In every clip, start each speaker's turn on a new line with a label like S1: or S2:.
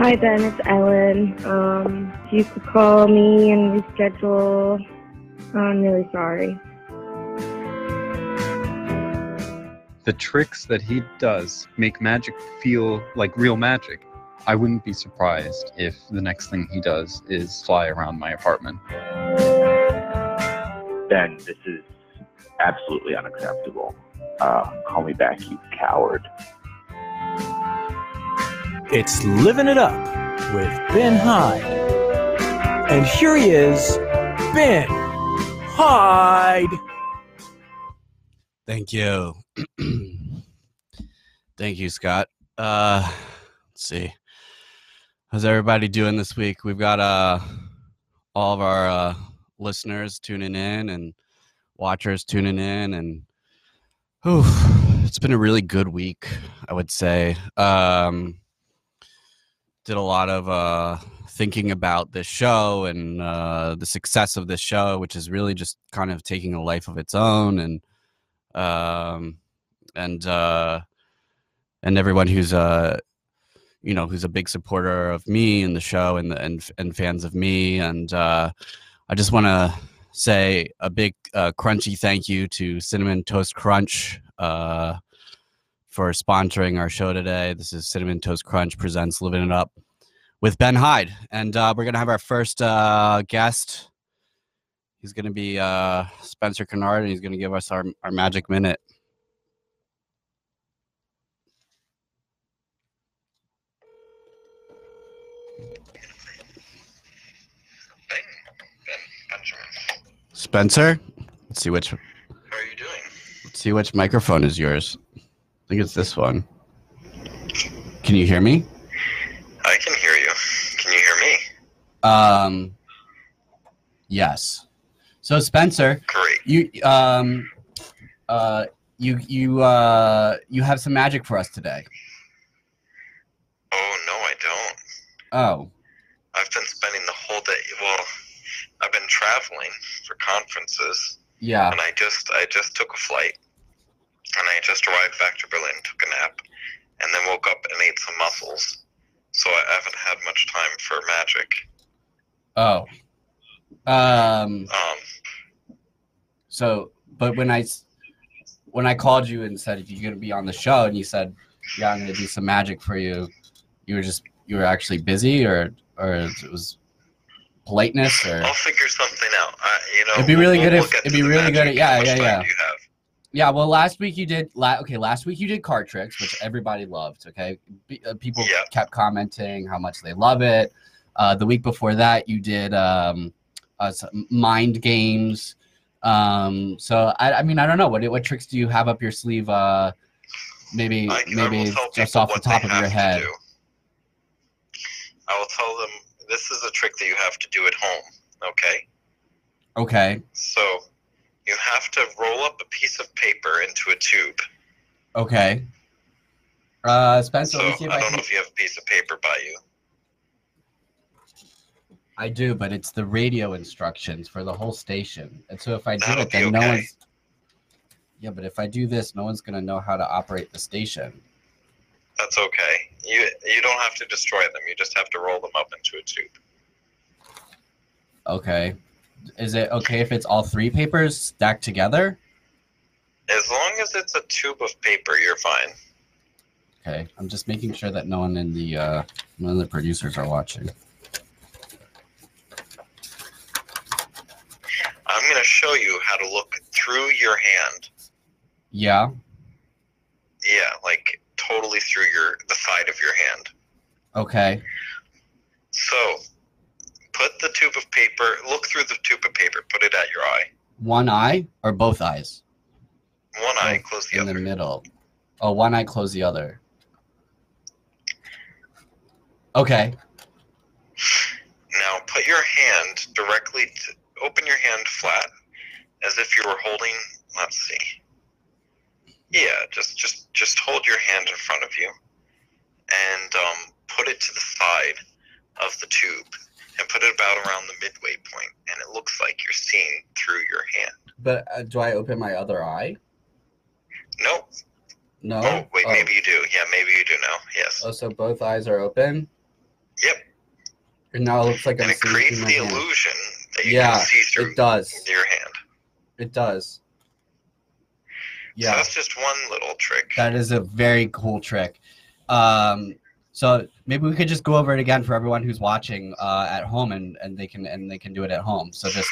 S1: Hi Ben, it's Ellen. Um, if you could call me and reschedule, I'm really sorry.
S2: The tricks that he does make magic feel like real magic. I wouldn't be surprised if the next thing he does is fly around my apartment.
S3: Ben, this is absolutely unacceptable. Um, call me back, you coward.
S4: It's Living It Up with Ben Hyde. And here he is, Ben Hyde.
S5: Thank you. Thank you, Scott. Uh, let's see. How's everybody doing this week? We've got uh, all of our uh, listeners tuning in and watchers tuning in. And whew, it's been a really good week, I would say. Um, did a lot of uh, thinking about this show and uh, the success of this show, which is really just kind of taking a life of its own, and um, and uh, and everyone who's uh, you know who's a big supporter of me and the show and the, and and fans of me, and uh, I just want to say a big uh, crunchy thank you to Cinnamon Toast Crunch. Uh, for sponsoring our show today. This is Cinnamon Toast Crunch presents Living It Up with Ben Hyde, and uh, we're gonna have our first uh, guest. He's gonna be uh, Spencer Kennard, and he's gonna give us our our magic minute. Spencer, let's see which
S6: How are you doing?
S5: let's see which microphone is yours. I think it's this one. Can you hear me?
S6: I can hear you. Can you hear me?
S5: Um, yes. So Spencer,
S6: Great.
S5: you um, uh, you you uh, you have some magic for us today.
S6: Oh no, I don't.
S5: Oh,
S6: I've been spending the whole day. Well, I've been traveling for conferences,
S5: yeah.
S6: and I just I just took a flight, and I just arrived back to Berlin, took a nap, and then woke up and ate some mussels. So I haven't had much time for magic.
S5: Oh, um.
S6: Um,
S5: So, but when I s- when I called you and said if you're gonna be on the show, and you said, "Yeah, I'm gonna do some magic for you," you were just you were actually busy, or or it was politeness, or
S6: I'll figure something out. I, you know,
S5: It'd be really good if-
S6: get
S5: it'd
S6: to
S5: be
S6: the
S5: really good
S6: magic.
S5: if- yeah,
S6: How much
S5: yeah,
S6: time
S5: yeah.
S6: do you have?
S5: Yeah, well, last week you did. La- okay, last week you did card tricks, which everybody loved. Okay, B- uh, people
S6: Yeah.
S5: kept commenting how much they love it. Uh, the week before that, you did um, uh, some mind games. Um, so I, I mean, I don't know what what tricks do you have up your sleeve? Uh, maybe
S6: I, I will
S5: maybe
S6: tell
S5: just
S6: people
S5: off the
S6: what they
S5: top of
S6: have
S5: your
S6: to
S5: head.
S6: do. I will tell them this is a trick that you have to do at home. Okay,
S5: Okay,
S6: so you have to roll up a piece of paper into a tube.
S5: okay. Uh, Spencer,
S6: So
S5: let me see if I,
S6: I don't
S5: can.
S6: know if you have a piece of paper by you.
S5: I do, but it's the radio instructions for the whole station. And so if I do
S6: That'll
S5: it, then
S6: be
S5: no
S6: okay.
S5: one's. Yeah, but if I do this, no one's gonna know how to operate the station.
S6: That's okay. You you don't have to destroy them. You just have to roll them up into a tube.
S5: Okay, is it okay if it's all three papers stacked together?
S6: As long as it's a tube of paper, you're fine.
S5: Okay, I'm just making sure that no one in the uh, none of the producers are watching.
S6: I'm going to show you how to look through your hand.
S5: Yeah.
S6: Yeah, like totally through your the side of your hand.
S5: Okay.
S6: So, put the tube of paper, look through the tube of paper, put it at your eye.
S5: One eye or both eyes
S6: One eye, close the
S5: in the
S6: other.
S5: middle. Oh, one eye, close the other. Okay.
S6: Now, put your hand directly, to, open your hand flat, as if you were holding, let's see. Yeah, just, just, just hold your hand in front of you and um, put it to the side of the tube and put it about around the midway point, and it looks like you're seeing through your hand.
S5: But uh, do I open my other eye?
S6: Nope.
S5: No.
S6: Oh, wait, maybe you do. Yeah, maybe you do now. Yes.
S5: Oh, so both eyes are open.
S6: Yep.
S5: And now it looks like I'm
S6: and it
S5: seeing
S6: creates
S5: through
S6: the
S5: my hand.
S6: illusion that you
S5: Yeah,
S6: can see through
S5: It does.
S6: your hand.
S5: It does.
S6: So
S5: Yeah,
S6: that's just one little trick.
S5: that is a very cool trick. Um, so maybe we could just go over it again for everyone who's watching uh, at home, and, and they can and they can do it at home. So just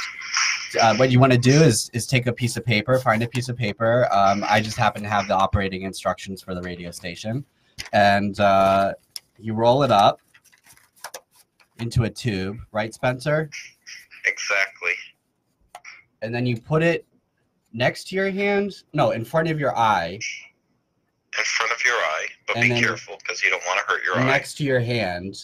S5: uh, what you want to do is is take a piece of paper, find a piece of paper. Um, I just happen to have the operating instructions for the radio station, and uh, you roll it up into a tube, right, Spencer?
S6: Exactly.
S5: and then you put it next to your hand no in front of your eye
S6: In front of your eye, but
S5: And
S6: be
S5: then-
S6: careful because you don't want to hurt your eye.
S5: next to your hand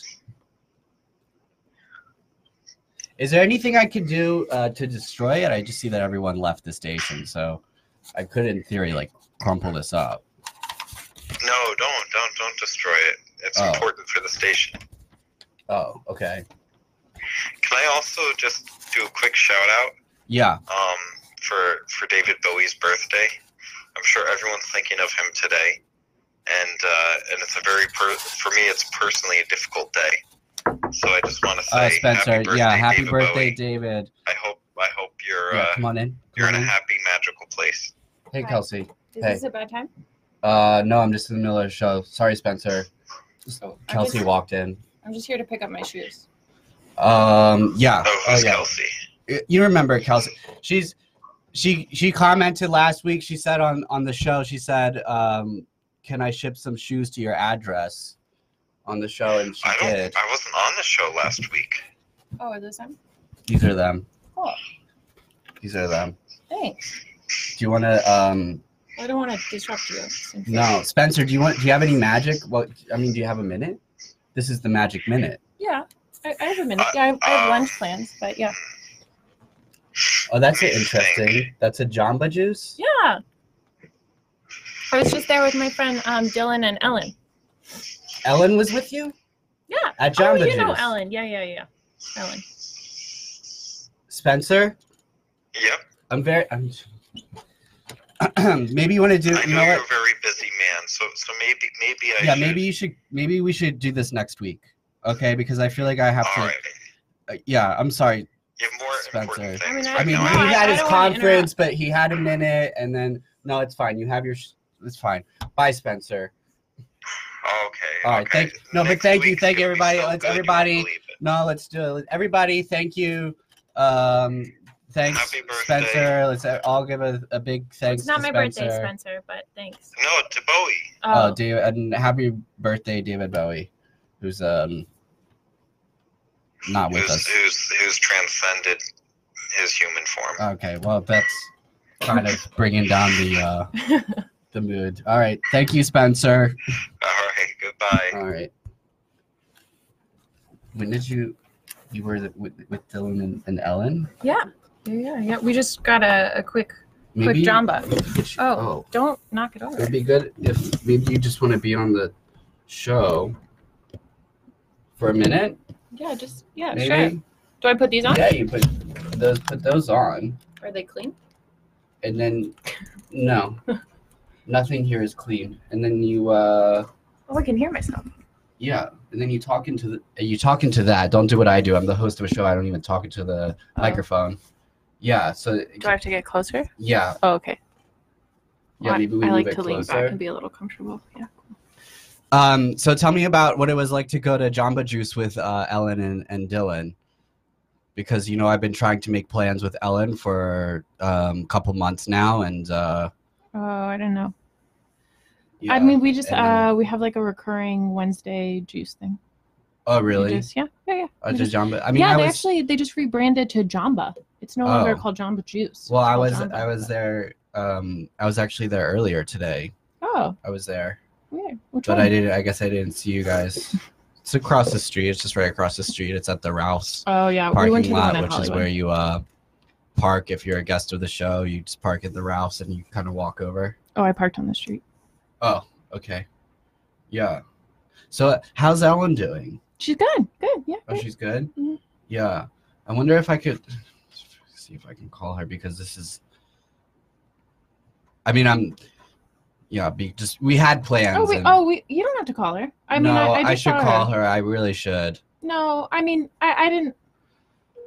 S5: is there anything i could do uh, to destroy it i just see that everyone left the station so i could in theory like crumple this up
S6: No, don't, don't, don't destroy it. It's
S5: Oh.
S6: important for the station.
S5: oh okay
S6: Can I also just do a quick shout out
S5: yeah
S6: um, for for David Bowie's birthday? I'm sure everyone's thinking of him today, and uh, and it's a very per- for me it's personally a difficult day. So I just want to say
S5: uh, spencer
S6: happy birthday,
S5: yeah happy
S6: David
S5: birthday
S6: Bowie.
S5: david
S6: I hope I hope you're
S5: yeah
S6: uh,
S5: come on in
S6: you're
S5: come on
S6: in a
S5: in.
S6: happy magical place.
S5: hey kelsey
S7: Is
S5: Hey.
S7: this a bad time?
S5: uh no i'm just in the middle of the show sorry spencer kelsey walked in
S7: I'm just here to pick up my shoes.
S5: um yeah
S6: Oh,
S5: oh
S6: who's
S5: yeah
S6: Kelsey?
S5: you remember Kelsey? She's she she commented last week. She said on on the show. She said, um, "Can I ship some shoes to your address?" On the show, and she
S6: I don't.
S5: did.
S6: I wasn't on the show last week.
S7: Oh, is this time?
S5: These are them.
S7: Cool.
S5: These are them.
S7: Thanks.
S5: Do you want to? Um,
S7: I don't want to disrupt you. since-
S5: no, Spencer. Do you want? Do you have any magic? What I mean, do you have a minute? This is the magic minute.
S7: Yeah, I, I have a minute. Yeah, I have, I have lunch plans, but yeah.
S5: Oh, that's interesting. That's a Jamba Juice.
S7: Yeah. I was just there with my friend um, Dylan and Ellen.
S5: Ellen was with you
S7: Yeah.
S5: at
S7: oh,
S5: Jamba
S7: you
S5: Juice.
S7: know Ellen. Yeah, yeah, yeah. Ellen.
S5: Spencer,
S6: Yep.
S5: I'm very. I'm, maybe you want to do.
S6: I
S5: You
S6: know,
S5: know what?
S6: you're a very busy man, so so maybe maybe I
S5: yeah
S6: should,
S5: maybe you should maybe we should do this next week okay because i feel like i have to
S6: All right.
S5: uh, yeah i'm sorry
S6: You have more
S5: Spencer.
S6: important
S7: I mean,
S6: things.
S7: I-
S5: i
S6: right
S5: mean
S6: now.
S7: No,
S5: he
S7: I-
S5: had
S7: I
S5: his
S7: don't wanna
S5: conference but he had a minute and then no it's fine you have your sh- it's fine bye spencer
S6: Oh, okay.
S5: All right,
S6: okay.
S5: thank- no, but
S6: Next
S5: thank you,
S6: week's
S5: thank you,
S6: gonna be
S5: everybody.
S6: so
S5: Let's-
S6: good, you won't
S5: everybody-
S6: believe it.
S5: no let's do it everybody thank you um thanks
S6: Happy birthday.
S5: spencer let's uh, all give a, a big thanks
S7: It's not
S5: to
S7: my
S5: spencer.
S7: birthday, Spencer, but thanks.
S6: No, to Bowie.
S5: oh, david and happy birthday david bowie who's um not with
S6: who's,
S5: us
S6: who's who's transcended his human form.
S5: Okay, well that's kind of bringing down the uh, the mood. All right, thank you, Spencer.
S6: All right, goodbye.
S5: All right. When did you you were the, with, with Dylan and, and Ellen?
S7: yeah. Yeah, yeah, yeah. We just got a, a quick, quick
S5: Maybe
S7: jamba.
S5: we should-
S7: Oh. Don't knock it
S5: it would
S7: over.
S5: be good if maybe you just want to be on the show for a minute.
S7: Yeah, just, yeah, sure.
S5: Maybe
S7: Do I put these on?
S5: yeah, you put those put those on,
S7: Are they clean?
S5: and then no, nothing here is clean, and then you uh.
S7: Oh, I can hear myself.
S5: Yeah, and then you talk into the you talk into that. Don't do what I do. I'm the host of a show. I don't even talk into the
S7: Oh.
S5: microphone. Yeah. So
S7: Do I have to get closer?
S5: yeah,
S7: Oh, okay.
S5: yeah.
S7: I-
S5: Maybe we
S7: I
S5: move
S7: like
S5: it
S7: to lean back
S5: closer.
S7: and be a little comfortable. Yeah.
S5: Um. So tell me about what it was like to go to Jamba Juice with uh, Ellen and, and Dylan, because you know I've been trying to make plans with Ellen for um, a couple months now, and uh,
S7: Oh, I don't know.
S5: yeah.
S7: I mean, we just
S5: and then-
S7: uh we have like a recurring Wednesday juice thing.
S5: oh
S7: We
S5: really?
S7: just- yeah, yeah, yeah.
S5: Uh,
S7: we
S5: to
S7: just-
S5: Jamba. I mean,
S7: yeah,
S5: I
S7: they
S5: was
S7: actually they just rebranded to Jamba. It's no longer
S5: Oh.
S7: called Jamba Juice.
S5: well.
S7: It's
S5: I
S7: called
S5: was
S7: Jamba.
S5: I was there. Um. I was actually there earlier today.
S7: Oh,
S5: I was there.
S7: weird. Which
S5: But
S7: one?
S5: I didn't. I guess I didn't see you guys. It's across the street. It's just right across the street. It's at the Ralph's
S7: oh yeah, we
S5: parking
S7: went to the
S5: lot,
S7: one in
S5: which is
S7: Hollywood.
S5: where you uh, park if you're a guest of the show. You just park at the Ralph's and you kind of walk over.
S7: Oh, I parked on the street.
S5: Oh, okay, yeah. So uh, how's Ellen doing?
S7: She's good. Good. Yeah.
S5: Oh,
S7: good.
S5: she's good.
S7: Mhm.
S5: Yeah, I wonder if I could see if I can call her because this is. I mean, I'm. Yeah, be, just we had plans.
S7: oh, we,
S5: and-
S7: oh, we. You don't have to call her. I mean,
S5: no,
S7: I, I, just
S5: should
S7: saw
S5: call
S7: her.
S5: her. I really should.
S7: No, I mean, I, I didn't.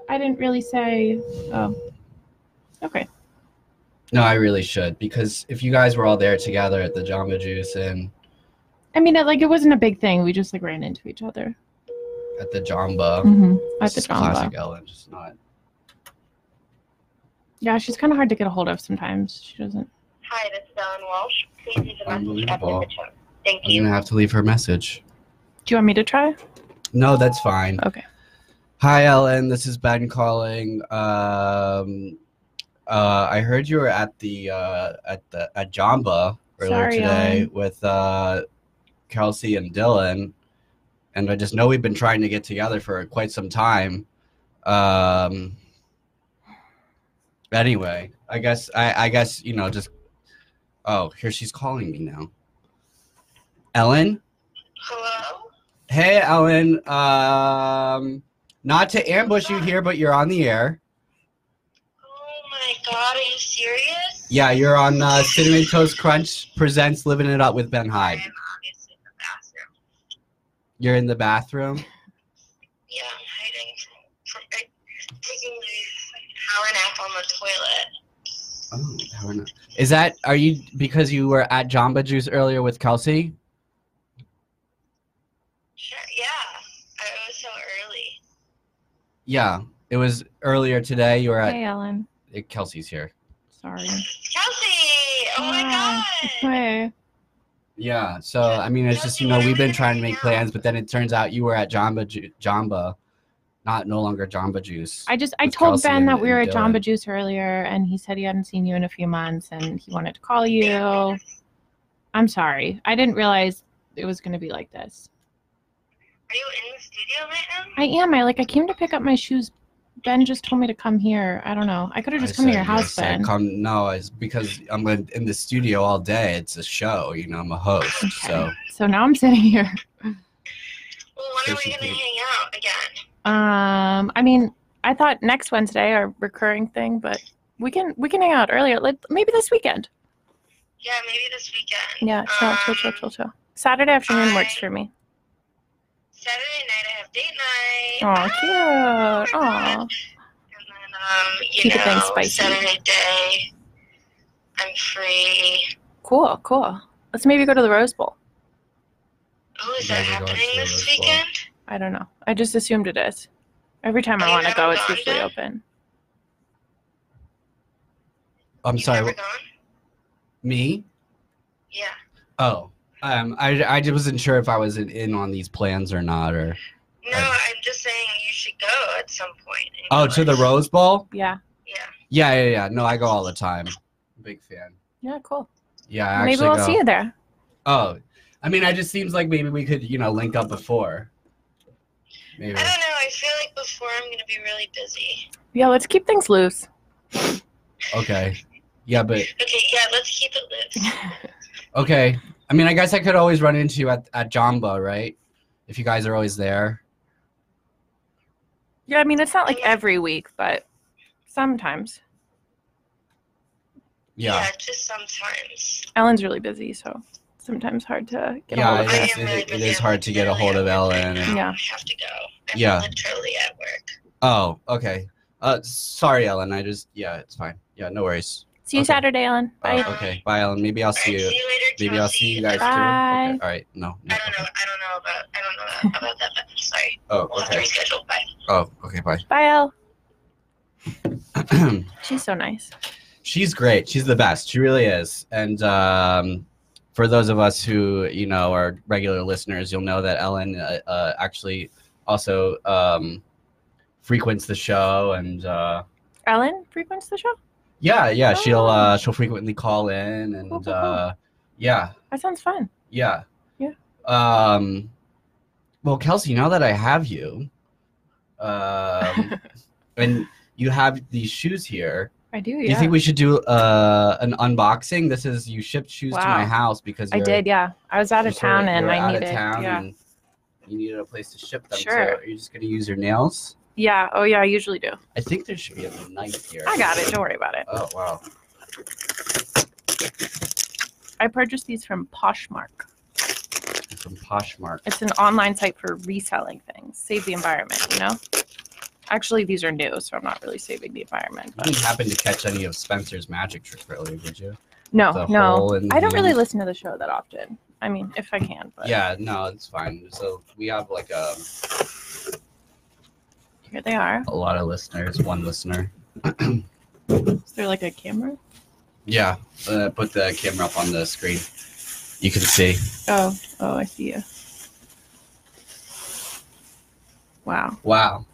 S7: I didn't really say. Oh. Okay.
S5: No, I really should because if you guys were all there together at the Jamba Juice and
S7: I mean, it, like it wasn't a big thing. We just like ran into each other.
S5: at the Jamba,
S7: Mm-hmm. At
S5: it's
S7: the
S5: just
S7: drama.
S5: classic Ellen, just not.
S7: Yeah, she's kind of hard to get a hold of sometimes. She doesn't.
S6: Hi, this is Ellen Walsh. Please leave a message after
S5: Unbelievable.
S6: the tone. Thank
S5: I'm
S6: you.
S5: gonna have to leave her a message.
S7: Do you want me to try?
S5: No, that's fine.
S7: Okay.
S5: Hi, Ellen. This is Ben calling. Um, uh, I heard you were at the uh, at the at Jamba earlier
S7: Sorry,
S5: today
S7: Ellen.
S5: with uh, Kelsey and Dylan, and I just know we've been trying to get together for quite some time. Um, anyway, I guess I, I guess you know just. Oh, here she's calling me now. Ellen.
S6: Hello?
S5: Hey, Ellen. Um, not to ambush you here, but you're on the air.
S6: Oh my god, are you serious?
S5: Yeah, you're on uh, Cinnamon Toast Crunch presents Living It Up with Ben
S6: I'm
S5: Hyde.
S6: obviously in the bathroom.
S5: You're in the bathroom.
S6: Yeah, I'm hiding from, from I- taking the hour nap on the toilet.
S5: Oh, how are not- is that are you because you were at Jamba Juice earlier with Kelsey?
S6: Sure, yeah. I it was so early.
S5: Yeah, it was earlier today. You were at
S7: Hey, Ellen.
S5: Kelsey's here.
S7: Sorry.
S6: Kelsey! Oh my
S7: Ah,
S6: god!
S7: Hey.
S5: Yeah, so I mean, it's just you know we've been trying to make plans, but then it turns out you were at Jamba Ju- Jamba, not no longer Jamba Juice.
S7: I just I
S5: With
S7: told
S5: Kelsey
S7: Ben
S5: and-
S7: that we were
S5: and
S7: at Jamba
S5: Dylan.
S7: Juice earlier, and he said he hadn't seen you in a few months, and he wanted to call you. I'm sorry. I didn't realize it was going to be like this.
S6: Are you in the studio right now?
S7: I am. I like. I came to pick up my shoes. Ben just told me to come here. I don't know. I could have just
S5: I
S7: come to
S5: said-
S7: your
S5: I
S7: house,
S5: said,
S7: Ben.
S5: Come, no, it's because I'm in, in the studio all day. It's a show, you know. I'm a host,
S7: Okay.
S5: so
S7: So now I'm sitting here.
S6: Well, when are we
S5: Kelsey,
S6: gonna
S5: please.
S6: hang out again?
S7: Um, I mean, I thought next Wednesday our recurring thing, but we can we can hang out earlier. Like maybe this weekend.
S6: Yeah, maybe this weekend.
S7: Yeah, chill, chill, chill, chill, chill. Saturday afternoon works for me.
S6: Saturday night I have date night.
S7: Oh, cute.
S6: Ah. And then,
S7: Oh,
S6: um, you
S7: Keep it
S6: know,
S7: things spicy.
S6: Saturday day, I'm free.
S7: cool, cool. Let's maybe go to the Rose Bowl.
S6: Oh, is
S5: You
S6: that
S5: guys are going to
S6: happening
S5: the
S6: this
S5: Rose Bowl.
S6: weekend?
S7: I don't know. I just assumed it is. Every time I
S6: You
S7: want to
S6: haven't
S7: go, it's
S6: gone
S7: usually
S6: yet?
S7: open.
S5: I'm
S6: You've
S5: sorry.
S6: never
S5: wh-
S6: gone?
S5: Me?
S6: Yeah.
S5: Oh, um, I I just wasn't sure if I was in, in on these plans or not, or I've-
S6: No, I'm just saying you should go at some point. in
S5: oh,
S6: your
S5: to the
S6: life.
S5: Rose Bowl?
S7: Yeah.
S6: Yeah.
S5: Yeah, yeah, yeah. No, I go all the time. Big fan.
S7: Yeah, cool.
S5: Yeah, I
S7: maybe
S5: actually
S7: we'll
S5: go.
S7: see you there.
S5: Oh, I mean, it just seems like maybe we could you know link up before. Maybe.
S6: I don't know. I feel like before I'm gonna be really busy.
S7: Yeah, let's keep things loose.
S5: Okay. Yeah, but
S6: Okay, yeah, let's keep it loose.
S5: Okay. I mean, I guess I could always run into you at, at Jamba, right? If you guys are always there.
S7: Yeah, I mean it's not like every week, but sometimes.
S5: Yeah.
S6: just sometimes.
S7: Ellen's really busy, so sometimes hard to get a
S5: Yeah,
S7: hold
S5: it
S7: of her.
S5: is,
S6: I am
S5: it-
S6: really
S5: it
S6: busy.
S5: is hard to get a hold of Ellen. and-
S7: Yeah.
S6: I have to go. I'm
S5: Yeah.
S6: literally at work.
S5: Oh, okay. Uh, sorry, Ellen. I just, yeah, it's fine. Yeah, no worries.
S7: See you
S5: Okay.
S7: Saturday, Ellen.
S5: Oh,
S7: Bye.
S6: Bye.
S5: okay. Bye, Ellen. Maybe I'll see
S6: All right,
S5: you.
S6: see you later,
S5: Maybe I'll see you guys
S6: Chelsea.
S5: too.
S7: Bye.
S5: Okay. All right. No. no.
S6: I don't know. I don't know about. I don't know about that. But I'm sorry. We'll
S5: Oh,
S6: have to
S5: okay.
S6: reschedule. Bye.
S5: Oh, okay.
S7: Bye, Elle.
S5: Bye.
S7: She's so nice.
S5: she's great. She's the best. She really is. And um, for those of us who you know are regular listeners, you'll know that Ellen uh, uh, actually also um, frequents the show, and uh,
S7: Ellen frequents the show?
S5: yeah, yeah, she'll
S7: Oh.
S5: uh, she'll frequently call in,
S7: Cool, cool,
S5: and
S7: cool.
S5: uh, yeah,
S7: That sounds fun.
S5: yeah,
S7: Yeah.
S5: Um, well, Kelsey, now that I have you, um, and you have these shoes here.
S7: I do, yeah.
S5: Do you think we should do uh, an unboxing? This is you shipped shoes to my
S7: Wow.
S5: house because
S7: I
S5: you're-
S7: did, yeah. I was out
S5: you're
S7: of
S5: sort
S7: town and
S5: you're
S7: I
S5: out of
S7: needed
S5: town
S7: yeah.
S5: and you needed a place to ship them.
S7: Sure.
S5: So are you just gonna use your nails?
S7: Yeah. Oh yeah, I usually do.
S5: I think there should be a knife here.
S7: I got it. Don't worry about it.
S5: Oh wow.
S7: I purchased these from Poshmark.
S5: from Poshmark.
S7: It's an online site for reselling things. Save the environment, you know? Actually, these are new, so I'm not really saving the environment.
S5: You didn't happen to catch any of Spencer's magic trick earlier, did you?
S7: No,
S5: The
S7: no.
S5: hole in
S7: I don't
S5: the-
S7: really listen to the show that often. I mean, if I can, but
S5: Yeah, no, it's fine. So we have like a,
S7: here they are.
S5: a lot of listeners, one listener.
S7: Is there like a camera?
S5: Yeah, uh, put the camera up on the screen. You can see.
S7: Oh, oh, I see you. Wow.
S5: Wow.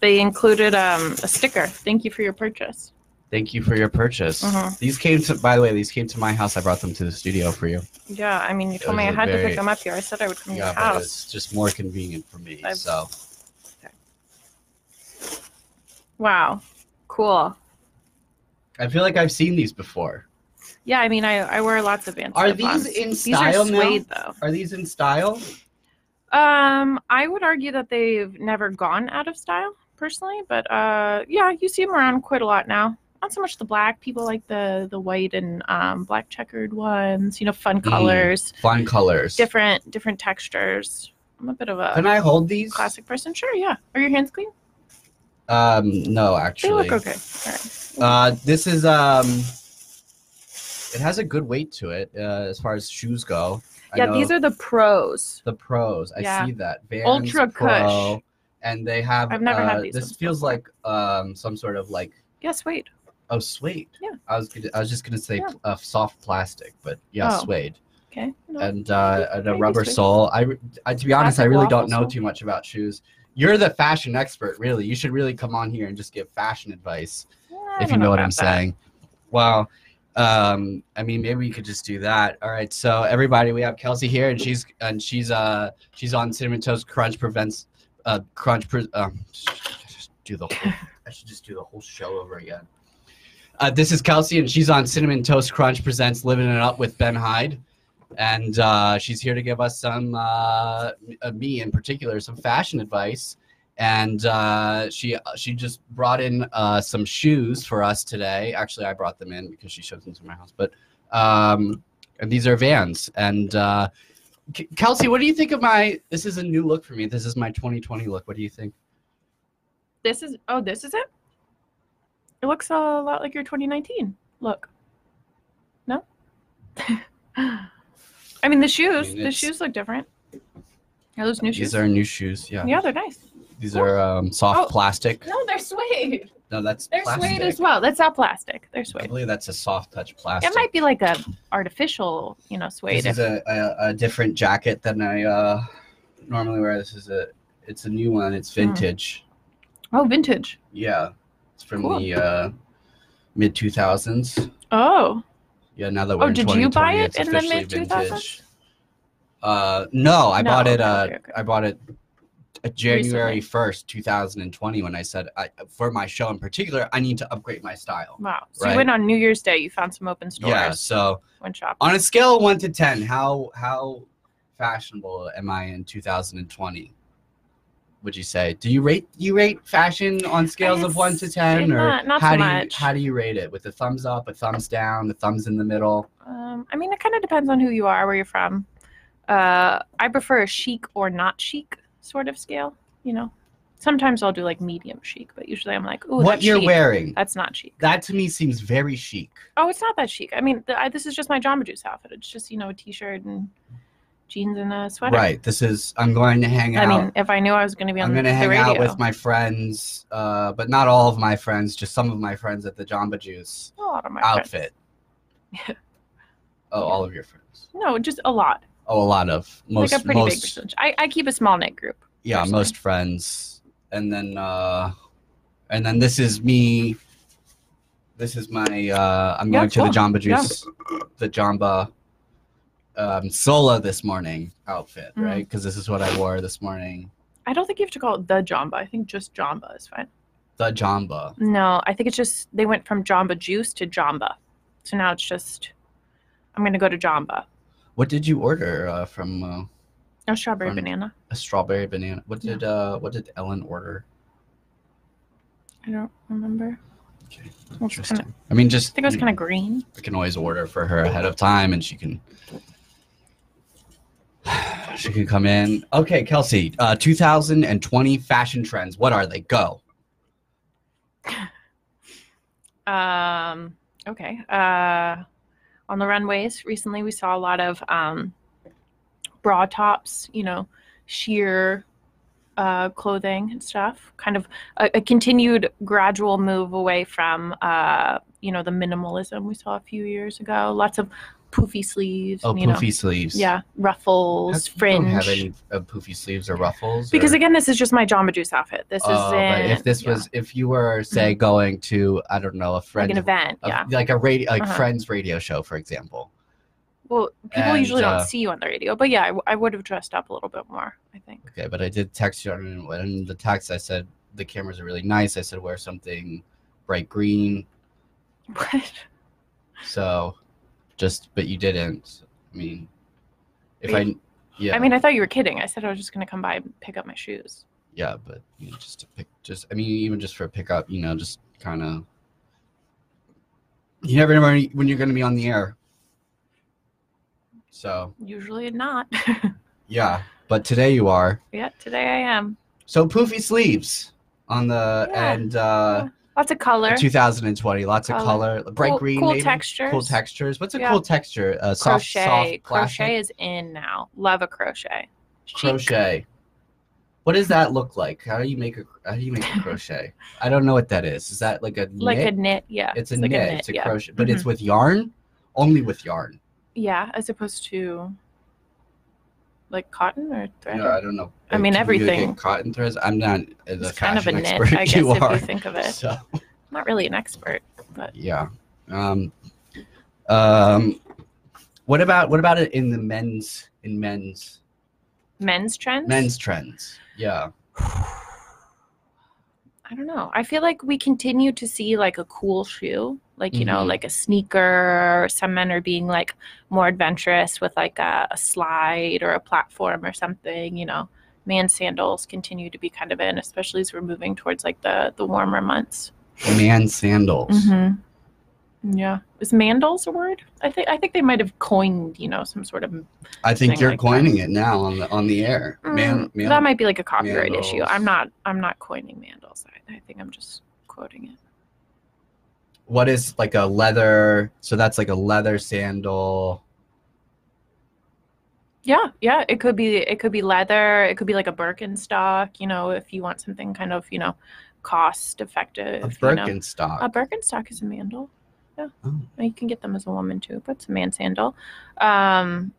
S7: They included um, a sticker. Thank you for your purchase.
S5: Thank you for your purchase.
S7: Mhm.
S5: These came to, by the way, these came to my house. I brought them to the studio for you.
S7: Yeah, I mean, you told me
S5: Those
S7: I
S5: are
S7: had to
S5: very-
S7: pick them up here. I said I would come
S5: Yeah,
S7: to your
S5: but
S7: house.
S5: it's just more convenient for me.
S7: I've-
S5: So
S7: Wow. Cool.
S5: I feel like I've seen these before.
S7: Yeah, I mean, I, I wear lots of Vans.
S5: Are
S7: slip-ons.
S5: these in
S7: These are
S5: style now?
S7: suede,
S5: Are these in style?
S7: though. Um, I would argue that they've never gone out of style, personally. But uh, yeah, you see them around quite a lot now. Not so much the black. People like the the white and um, black checkered ones. You know, fun
S5: Mhm.
S7: colors,
S5: Fun colors.
S7: different different textures. I'm a bit of
S5: Can
S7: a
S5: I hold these?
S7: classic person. Sure, yeah. Are your hands clean?
S5: Um, no,
S7: They
S5: actually.
S7: look okay. All right.
S5: Uh, this is um, it has a good weight to it uh, as far as shoes go. I
S7: Yeah,
S5: know
S7: these are the pros.
S5: the pros. I
S7: Yeah.
S5: see that Vans
S7: Ultra
S5: Pro,
S7: Kush.
S5: and they have.
S7: I've never had
S5: uh,
S7: these
S5: This
S7: ones
S5: feels like um some sort of like
S7: Yeah, suede.
S5: oh suede.
S7: Yeah.
S5: I was gonna, I was just gonna say
S7: Yeah.
S5: uh, soft plastic, but yeah,
S7: Oh.
S5: suede
S7: Okay. No,
S5: and uh, and a
S7: maybe
S5: rubber
S7: suede.
S5: sole. I, re- I to be honest, I
S7: Classic
S5: really don't
S7: waffle
S5: know
S7: sole.
S5: too much about shoes. You're the fashion expert, really. You should really come on here and just give fashion advice
S7: Yeah, I
S5: if
S7: don't
S5: you know what
S7: about
S5: I'm
S7: that.
S5: saying. Wow. Um, I mean, maybe we could just do that. All right. So everybody, we have Kelsey here, and she's and she's uh she's on cinnamon toast crunch prevents uh crunch. Pre- um, sh- I should do the whole, I should just do the whole show over again. Uh, this is Kelsey, and she's on cinnamon toast crunch presents living it up with Ben Hyde, and uh, she's here to give us some uh, m- uh, me in particular some fashion advice and uh, she she just brought in uh, some shoes for us today. Actually, I brought them in because she showed them to my house. But um, and these are Vans. And uh, K- Kelsey, what do you think of my? This is a new look for me. This is my 2020 look. What do you think?
S7: This is oh, this is it. It looks a lot like your 2019 look. No. I mean the shoes. the
S5: it's-
S7: shoes look different. Are those new
S5: These
S7: shoes?
S5: are uh, new shoes. Yeah.
S7: yeah, they're nice.
S5: These are um, soft
S7: Oh.
S5: plastic.
S7: No, they're suede.
S5: No, that's
S7: They're
S5: plastic.
S7: suede as well. That's not plastic. They're
S5: I
S7: suede.
S5: believe that's a soft touch plastic.
S7: It might be like a artificial, you know, suede.
S5: This is a, a, a different jacket than I uh, normally wear. This is a it's a new one. It's
S7: Hmm.
S5: vintage.
S7: oh, vintage.
S5: Yeah, it's from
S7: Cool.
S5: the uh, mid two thousands.
S7: Oh,
S5: Yeah, now that
S7: Oh,
S5: we're in
S7: did you buy
S5: 2020,
S7: it
S5: it's
S7: in the
S5: officially
S7: mid-2000s?
S5: vintage. Uh, no, I
S7: No,
S5: bought it.
S7: okay,
S5: Uh,
S7: okay, okay.
S5: I bought it uh,
S7: Recently.
S5: January first, two thousand and twenty. When I said I, for my show in particular, I need to upgrade my style.
S7: wow. So
S5: Right.
S7: you went on New Year's Day. You found some open stores.
S5: Yeah. So
S7: Went shopping.
S5: on a scale of one to ten, how how fashionable am I in two thousand and twenty? Would you say? Do you rate you rate fashion on scales of one to
S7: guess
S5: ten, or
S7: not- not so
S5: how do
S7: much.
S5: you how do you rate it? With a thumbs up, a thumbs down, a thumbs in the middle.
S7: Um, I mean, it kind of depends on who you are, where you're from. Uh, I prefer a chic or not chic sort of scale. You know, sometimes I'll do like medium chic, but usually I'm like, ooh,
S5: what
S7: that's
S5: you're
S7: chic.
S5: wearing?
S7: That's not chic.
S5: That to me seems very chic.
S7: Oh, it's not that chic. I mean, the, I, this is just my Jamba Juice outfit. It's just you know a t-shirt and jeans and a sweater.
S5: Right. This is. I'm going to hang
S7: I
S5: out.
S7: mean, if I knew I was going to be on
S5: I'm going
S7: the
S5: to hang
S7: radio,
S5: out with my friends, uh, but not all of my friends. Just some of my friends at the Jamba Juice
S7: a lot of my friends.
S5: outfit. oh, all of your friends.
S7: No, just a lot,
S5: Oh, a lot of most
S7: like a pretty big
S5: most.
S7: percentage. I, I keep a small knit group.
S5: yeah,
S7: personally.
S5: most friends, and then uh, and then this is me. This is my. Uh, I'm
S7: Yeah,
S5: going to the
S7: cool.
S5: Jamba
S7: Yeah.
S5: Juice, the Jamba um, Sola this morning outfit,
S7: Mhm.
S5: right? Because this is what I wore this morning.
S7: I don't think you have to call it the Jamba. I think just Jamba is fine.
S5: The Jamba.
S7: No, I think it's just they went from Jamba Juice to Jamba. So now it's just I'm gonna go to Jamba.
S5: What did you order uh, from uh,
S7: No strawberry
S5: Fun.
S7: banana.
S5: a strawberry banana? What did uh, what did Ellen order?
S7: I don't remember.
S5: Okay,
S7: Well, it's kinda-
S5: Interesting. I mean, just
S7: I think it was kind of green.
S5: I can always order for her ahead of time, and she can. She can come in. Okay, Kelsey. Uh, 2020 fashion trends. What are they? Go.
S7: Um, okay. Uh, on the runways recently, we saw a lot of um, bra tops, you know, sheer uh, clothing and stuff. Kind of a, a continued gradual move away from, uh, you know, the minimalism we saw a few years ago. Lots of poofy sleeves.
S5: Oh,
S7: and, you know,
S5: poofy sleeves.
S7: Yeah,
S5: How
S7: ruffles,
S5: come you
S7: fringe.
S5: Don't have any uh, poofy sleeves or ruffles.
S7: because
S5: or-
S7: again, this is just my Jamba Juice outfit. This
S5: Oh,
S7: is
S5: but if this was, if you were say going to, I don't know, a friend,
S7: like an event.
S5: a-
S7: yeah.
S5: like a radio, like
S7: Uh-huh.
S5: friends radio show, for example.
S7: Well, people
S5: And,
S7: usually
S5: uh,
S7: don't see you on the radio, but yeah, I, w- I would have dressed up a little bit more, I think.
S5: Okay, but I did text you and in the text I said the cameras are really nice. I said wear something bright green.
S7: What?
S5: So just but you didn't. I mean if I
S7: Wait.
S5: yeah
S7: I mean, I thought you were kidding. I said I was just going to come by and pick up my shoes.
S5: yeah, but you know, just to pick just I mean even just for a pickup, you know, just kind of you never know when you- when you're going to be on the air. So,
S7: Usually not.
S5: yeah, but today you are.
S7: yeah, today I am.
S5: So poofy sleeves on the
S7: Yeah.
S5: and uh
S7: Lots of color.
S5: 2020. Lots of
S7: Color.
S5: color, bright
S7: cool,
S5: green,
S7: cool
S5: maybe?
S7: textures.
S5: Cool textures. What's a
S7: Yeah.
S5: cool texture? Uh, soft,
S7: crochet.
S5: soft, plastic?
S7: crochet is in now. Love a crochet. Chic.
S5: Crochet. What does that look like? How do you make a How do you make a crochet? I don't know what that is. Is that like a
S7: Like
S5: knit?
S7: a knit. Yeah.
S5: It's a
S7: like
S5: knit. It's a
S7: yeah. Mm-hmm.
S5: crochet, but it's with yarn. Only with yarn.
S7: yeah, as opposed to like cotton or thread.
S5: No, I don't know.
S7: I mean,
S5: Can you get
S7: everything.
S5: Cotton threads. I'm not the
S7: it's kind
S5: fashion
S7: of a knit,
S5: expert
S7: I guess,
S5: you
S7: if
S5: are.
S7: you think of it.
S5: So
S7: I'm not really an expert, but
S5: yeah. Um, um, what about what about it in the men's in men's
S7: men's trends?
S5: men's trends yeah
S7: I don't know. I feel like we continue to see like a cool shoe, like you know,
S5: Mhm.
S7: like a sneaker. Some men are being like more adventurous with like a, a slide or a platform or something. You know, man sandals continue to be kind of in, especially as we're moving towards like the the warmer months.
S5: man sandals
S7: Mm-hmm. Yeah, is mandals a word? I think I think they might have coined you know some sort of
S5: i think
S7: Something
S5: you're
S7: like that.
S5: coining it now on the on the air man,
S7: Mm,
S5: man
S7: that might be like a copyright issue.
S5: mandals.
S7: I'm not I'm not coining mandals. I, I think I'm just quoting it.
S5: what is like a leather so that's like a leather sandal
S7: Yeah, yeah, it could be it could be leather, it could be like a Birkenstock, you know, if you want something kind of, you know, cost effective,
S5: a
S7: you know.
S5: birkenstock
S7: A Birkenstock is a mandal. Yeah.
S5: Oh.
S7: And You can get them as a woman too, but it's a man sandal. Um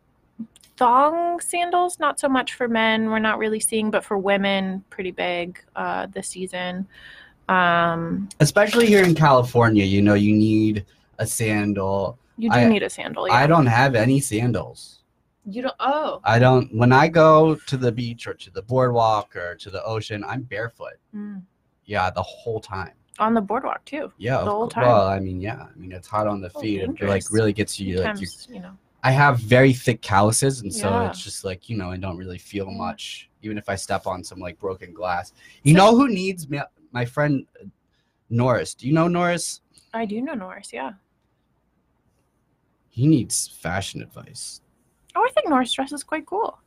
S7: thong sandals not so much for men, we're not really seeing, but for women pretty big uh this season. Um
S5: especially here in california you know you need a sandal
S7: you do
S5: I-
S7: need a sandal. Oh, Yeah.
S5: i don't have any sandals
S7: you don't oh.
S5: i don't when i go to the beach or to the boardwalk or to the ocean i'm barefoot
S7: Mm.
S5: yeah the whole time
S7: On the boardwalk too.
S5: yeah
S7: The
S5: of
S7: whole
S5: cour-
S7: time.
S5: well i mean yeah i mean it's hot on the
S7: Oh,
S5: feet it like
S7: dangerous.
S5: really gets you like you
S7: Sometimes, you know.
S5: I have very thick calluses, and so
S7: Yeah.
S5: it's just like you know, I don't really feel
S7: Yeah.
S5: much, even if I step on some like broken glass. You
S7: So-
S5: know who needs me? My friend uh, Norris. Do you know Norris?
S7: I do know Norris, yeah.
S5: He needs fashion advice.
S7: Oh, I think Norris dress is quite cool.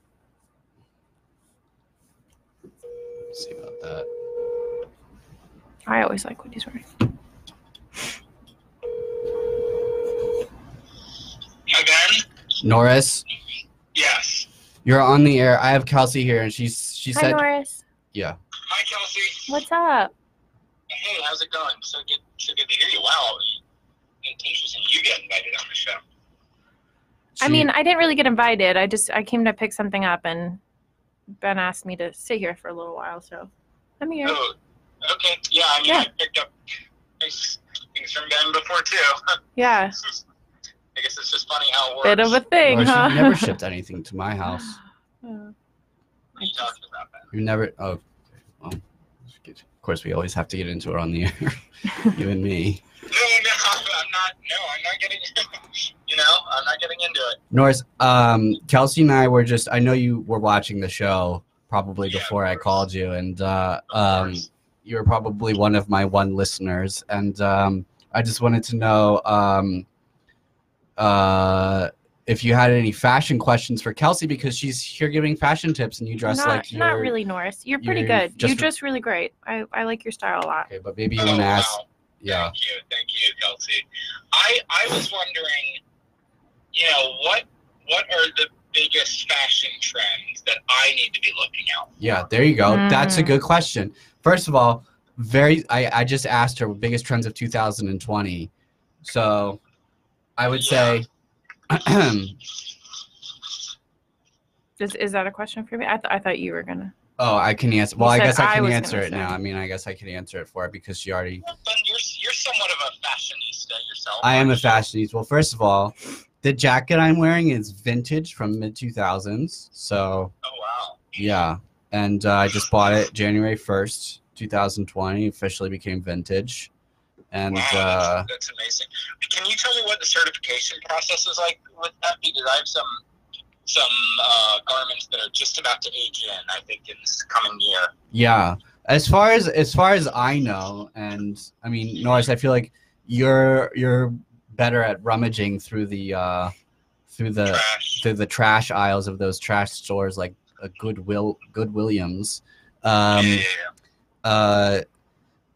S5: Let's see about that.
S7: I always like what he's wearing.
S8: Again?
S5: Norris,
S8: Yes.
S5: you're on the air. I have Kelsey here, and she's she
S7: Hi,
S5: said,
S7: Norris.
S5: yeah.
S8: Hi, Kelsey.
S7: What's up?
S8: Hey, how's it going? So good, so good to hear you. Wow, it's interesting. You get invited on the show.
S7: I
S5: she-
S7: mean, I didn't really get invited. I just I came to pick something up, and Ben asked me to sit here for a little while, so I'm here.
S8: Oh, okay. Yeah, I mean,
S7: Yeah.
S8: I picked up things, things from Ben before too.
S7: Yeah,
S8: I guess it's just funny how it works.
S7: bit of a
S5: Norris,
S7: thing,
S5: you've
S7: huh?
S5: never shipped anything to my house.
S7: Uh,
S8: What are you talking about, Ben?
S5: You never. Oh, well, of course, we always have to get into it on the air. you and me,
S8: No, no, I'm not. No, I'm not getting. you know, I'm not getting into it.
S5: Norris. Um, Kelsey and I were just. I know you were watching the show probably
S8: Yeah, of
S5: before I
S8: course.
S5: called you, and uh,
S8: Of
S5: um,
S8: course.
S5: you were probably one of my one listeners, and um, I just wanted to know um, uh, if you had any fashion questions for Kelsey because she's here giving fashion tips and you dress
S7: not,
S5: like
S7: not
S5: you're-
S7: really, Norris. You're pretty
S5: you're
S7: good.
S5: just-
S7: you dress really great. I, I like your style a lot.
S5: Okay, but maybe you
S8: Oh,
S5: want to ask.
S6: wow.
S5: Yeah.
S6: Thank you, thank you, Kelsey. I I was wondering, you know, what what are the biggest fashion trends that I need to be looking out?
S5: Yeah, there you go. That's a
S7: Mm.
S5: good question. First of all, very I, I just asked her biggest trends of 2020. So I would say
S7: Is, is that a question for me? I, th- I thought you were gonna.
S5: Oh, I can answer. Well,
S7: You
S5: I
S7: said
S5: guess I
S7: I
S5: can
S7: was gonna
S5: answer it
S7: say.
S5: now. I mean, I guess I can answer it for it because she already.
S6: for? Ben, you're you're somewhat of a fashionista yourself.
S5: I am a
S6: aren't you?
S5: fashionista. Well, first of all, the jacket I'm wearing is vintage from mid 2000s. So
S6: Oh wow.
S5: yeah, and uh, I just bought it January 1st, 2020. Officially became vintage, and
S6: Wow,
S5: uh,
S6: that's, that's amazing. Can you tell me what the certification process is like with that? Because I have some some uh, garments that are just about to age in. I think in this coming year.
S5: yeah. As far as as far as I know, and I mean, Norris, I feel like you're you're better at rummaging through the uh, through the
S6: Trash.
S5: through the trash aisles of those trash stores like a Goodwill Good Williams. Um,
S6: yeah.
S5: uh,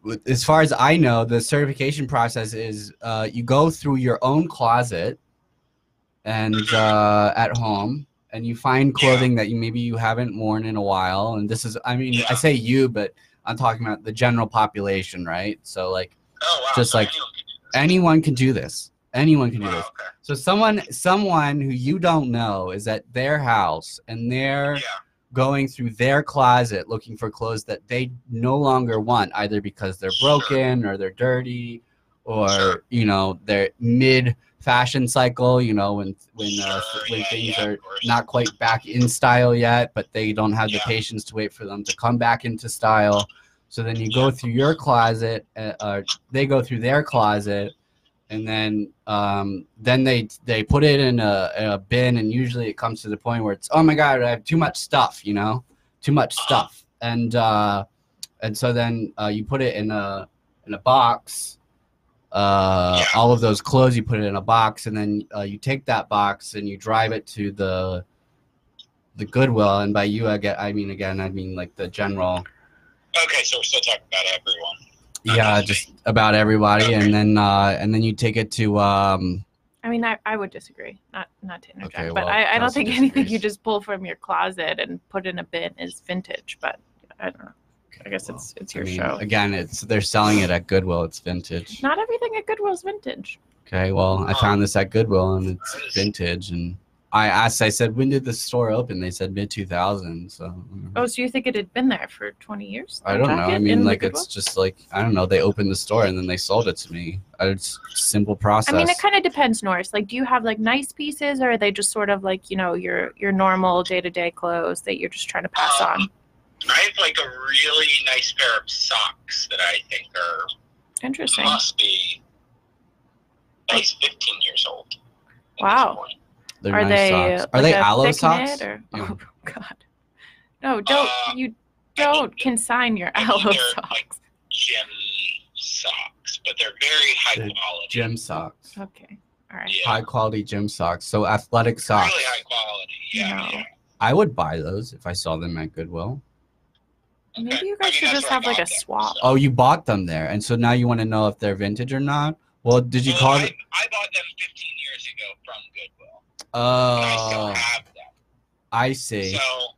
S5: with- as far as I know, the certification process is uh, you go through your own closet and uh, at home, and you find clothing that you maybe you haven't worn in a while. And this is, I mean, I
S6: Yeah.
S5: say you, but I'm talking about the general population, right? So like
S6: Oh wow.
S5: Just
S6: so
S5: like-
S6: anyone can do this.
S5: anyone can do this. Anyone can do
S6: Wow,
S5: this.
S6: okay.
S5: So someone, someone who you don't know is at their house and they're
S6: Yeah.
S5: going through their closet looking for clothes that they no longer want, either because they're
S6: Sure.
S5: broken or they're dirty, or
S6: Sure.
S5: you know they're mid fashion cycle. You know when when uh,
S6: Sure,
S5: when
S6: yeah,
S5: things
S6: yeah,
S5: are
S6: of course.
S5: not quite back in style yet, but they don't have the
S6: Yeah.
S5: patience to wait for them to come back into style. So then you go through your closet, uh, uh, they go through their closet, and then um, then they they put it in a, a bin, and usually it comes to the point where it's oh my god, I have too much stuff, you know, too much stuff, and uh, and so then uh, you put it in a in a box. Uh,
S6: Yeah.
S5: All of those clothes, you put it in a box, and then uh, you take that box and you drive it to the the goodwill and by you i get i mean again i mean like the general
S6: Okay, so we're still talking about everyone.
S5: yeah just about everybody and then uh and then you take it to um
S7: I mean, I, I would disagree. Not not to interject,
S5: Okay,
S7: but
S5: well,
S7: I, I don't
S5: Kelsey
S7: think anything
S5: disagrees.
S7: you just pull from your closet and put in a bin is vintage. But I don't know. I guess
S5: well,
S7: it's it's
S5: i
S7: your
S5: mean
S7: show.
S5: again it's they're selling it at goodwill it's vintage
S7: Not everything at Goodwill is vintage.
S5: okay well i found this at goodwill and it's vintage and i asked i said when did the store open they said mid 2000 so
S7: Oh, so you think it had been there for 20 years?
S5: i don't
S7: That
S5: know i
S7: jacket
S5: mean
S7: in the
S5: like it's
S7: Goodwill?
S5: just like i don't know they opened the store and then they sold it to me Uh, it's a simple
S7: I
S5: process
S7: mean, it kind of depends, Norris. Like, do you have like nice pieces, or are they just sort of like you know your your normal day to day clothes that you're just trying to pass
S6: Um,
S7: on?
S6: I have like a really nice pair of socks that I think are
S7: Interesting.
S6: must be at least 15 years old. at this
S7: Wow.
S6: point.
S5: They're
S7: are
S5: nice
S7: they
S5: socks.
S7: uh,
S5: are
S7: like
S5: they
S7: a
S5: aloe
S7: thick
S5: socks
S7: knit or-
S5: Yeah.
S7: Oh God, no! Don't
S6: Uh,
S7: you don't consign your
S6: I
S7: aloe
S6: think they're, like,
S7: socks.
S6: Gym socks, but they're very high
S5: They're
S6: quality.
S5: gym socks
S7: Okay, all right.
S6: yeah.
S5: high quality gym socks. So athletic socks.
S6: Really high quality. Yeah.
S7: No.
S6: yeah.
S5: I would buy those if I saw them at Goodwill.
S6: Okay.
S7: Maybe you
S6: I mean,
S7: guys should
S6: that's
S7: just
S6: what I
S7: have like a
S6: bought them,
S7: swap.
S6: so.
S5: Oh, you bought them there, and so now you want to know if they're vintage or not. Well, did you
S6: Well,
S5: call
S6: Uh, I,
S5: it?
S6: I bought them 15 years ago from Goodwill. and I still
S5: Oh,
S6: have them.
S5: I see.
S6: So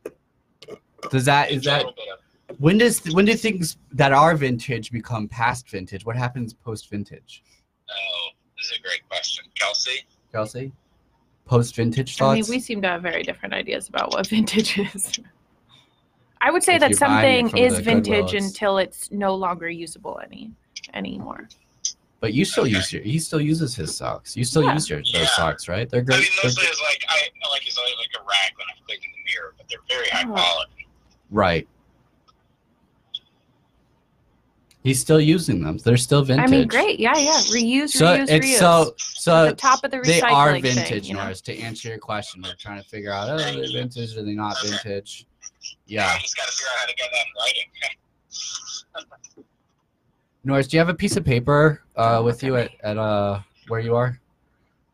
S5: Does that
S6: it's
S5: is
S6: a
S5: that
S6: little bit of-
S5: when does when do things that are vintage become past vintage? What happens post vintage,
S6: oh, this is a great question, Kelsey.
S5: Kelsey? Post vintage
S7: I mean,
S5: thoughts.
S7: we seem to have very different ideas about what vintage is. I would say
S5: If
S7: that
S5: you're buying it
S7: something
S5: from
S7: is
S5: the Goodwill,
S7: vintage
S5: it's-
S7: until it's no longer usable any anymore.
S5: but you still
S6: Okay.
S5: use your. He still uses his socks. You still
S7: Yeah.
S5: use your those
S6: Yeah.
S5: socks, right? They're
S6: I
S5: great.
S6: mean,
S5: they're
S6: mostly it's like I I like it's like, like a rag when I'm cleaning the mirror, but they're very high
S7: Oh.
S6: quality.
S5: Right. He's still using them. They're still vintage.
S7: I mean, great, yeah, yeah, reuse,
S5: So
S7: reuse,
S5: it's
S7: reuse.
S5: so so
S7: the top of the
S5: they are
S7: recycling thing,
S5: vintage,
S7: you know?
S5: Norris. To answer your question, we're trying to figure out: oh, are they vintage? Are they not vintage? Yeah,
S6: I just got to figure out how to get that in writing.
S5: Norris, do you have a piece of paper uh,
S7: Don't
S5: with
S7: look
S5: you
S7: at
S5: at,
S7: me.
S5: at uh where you are?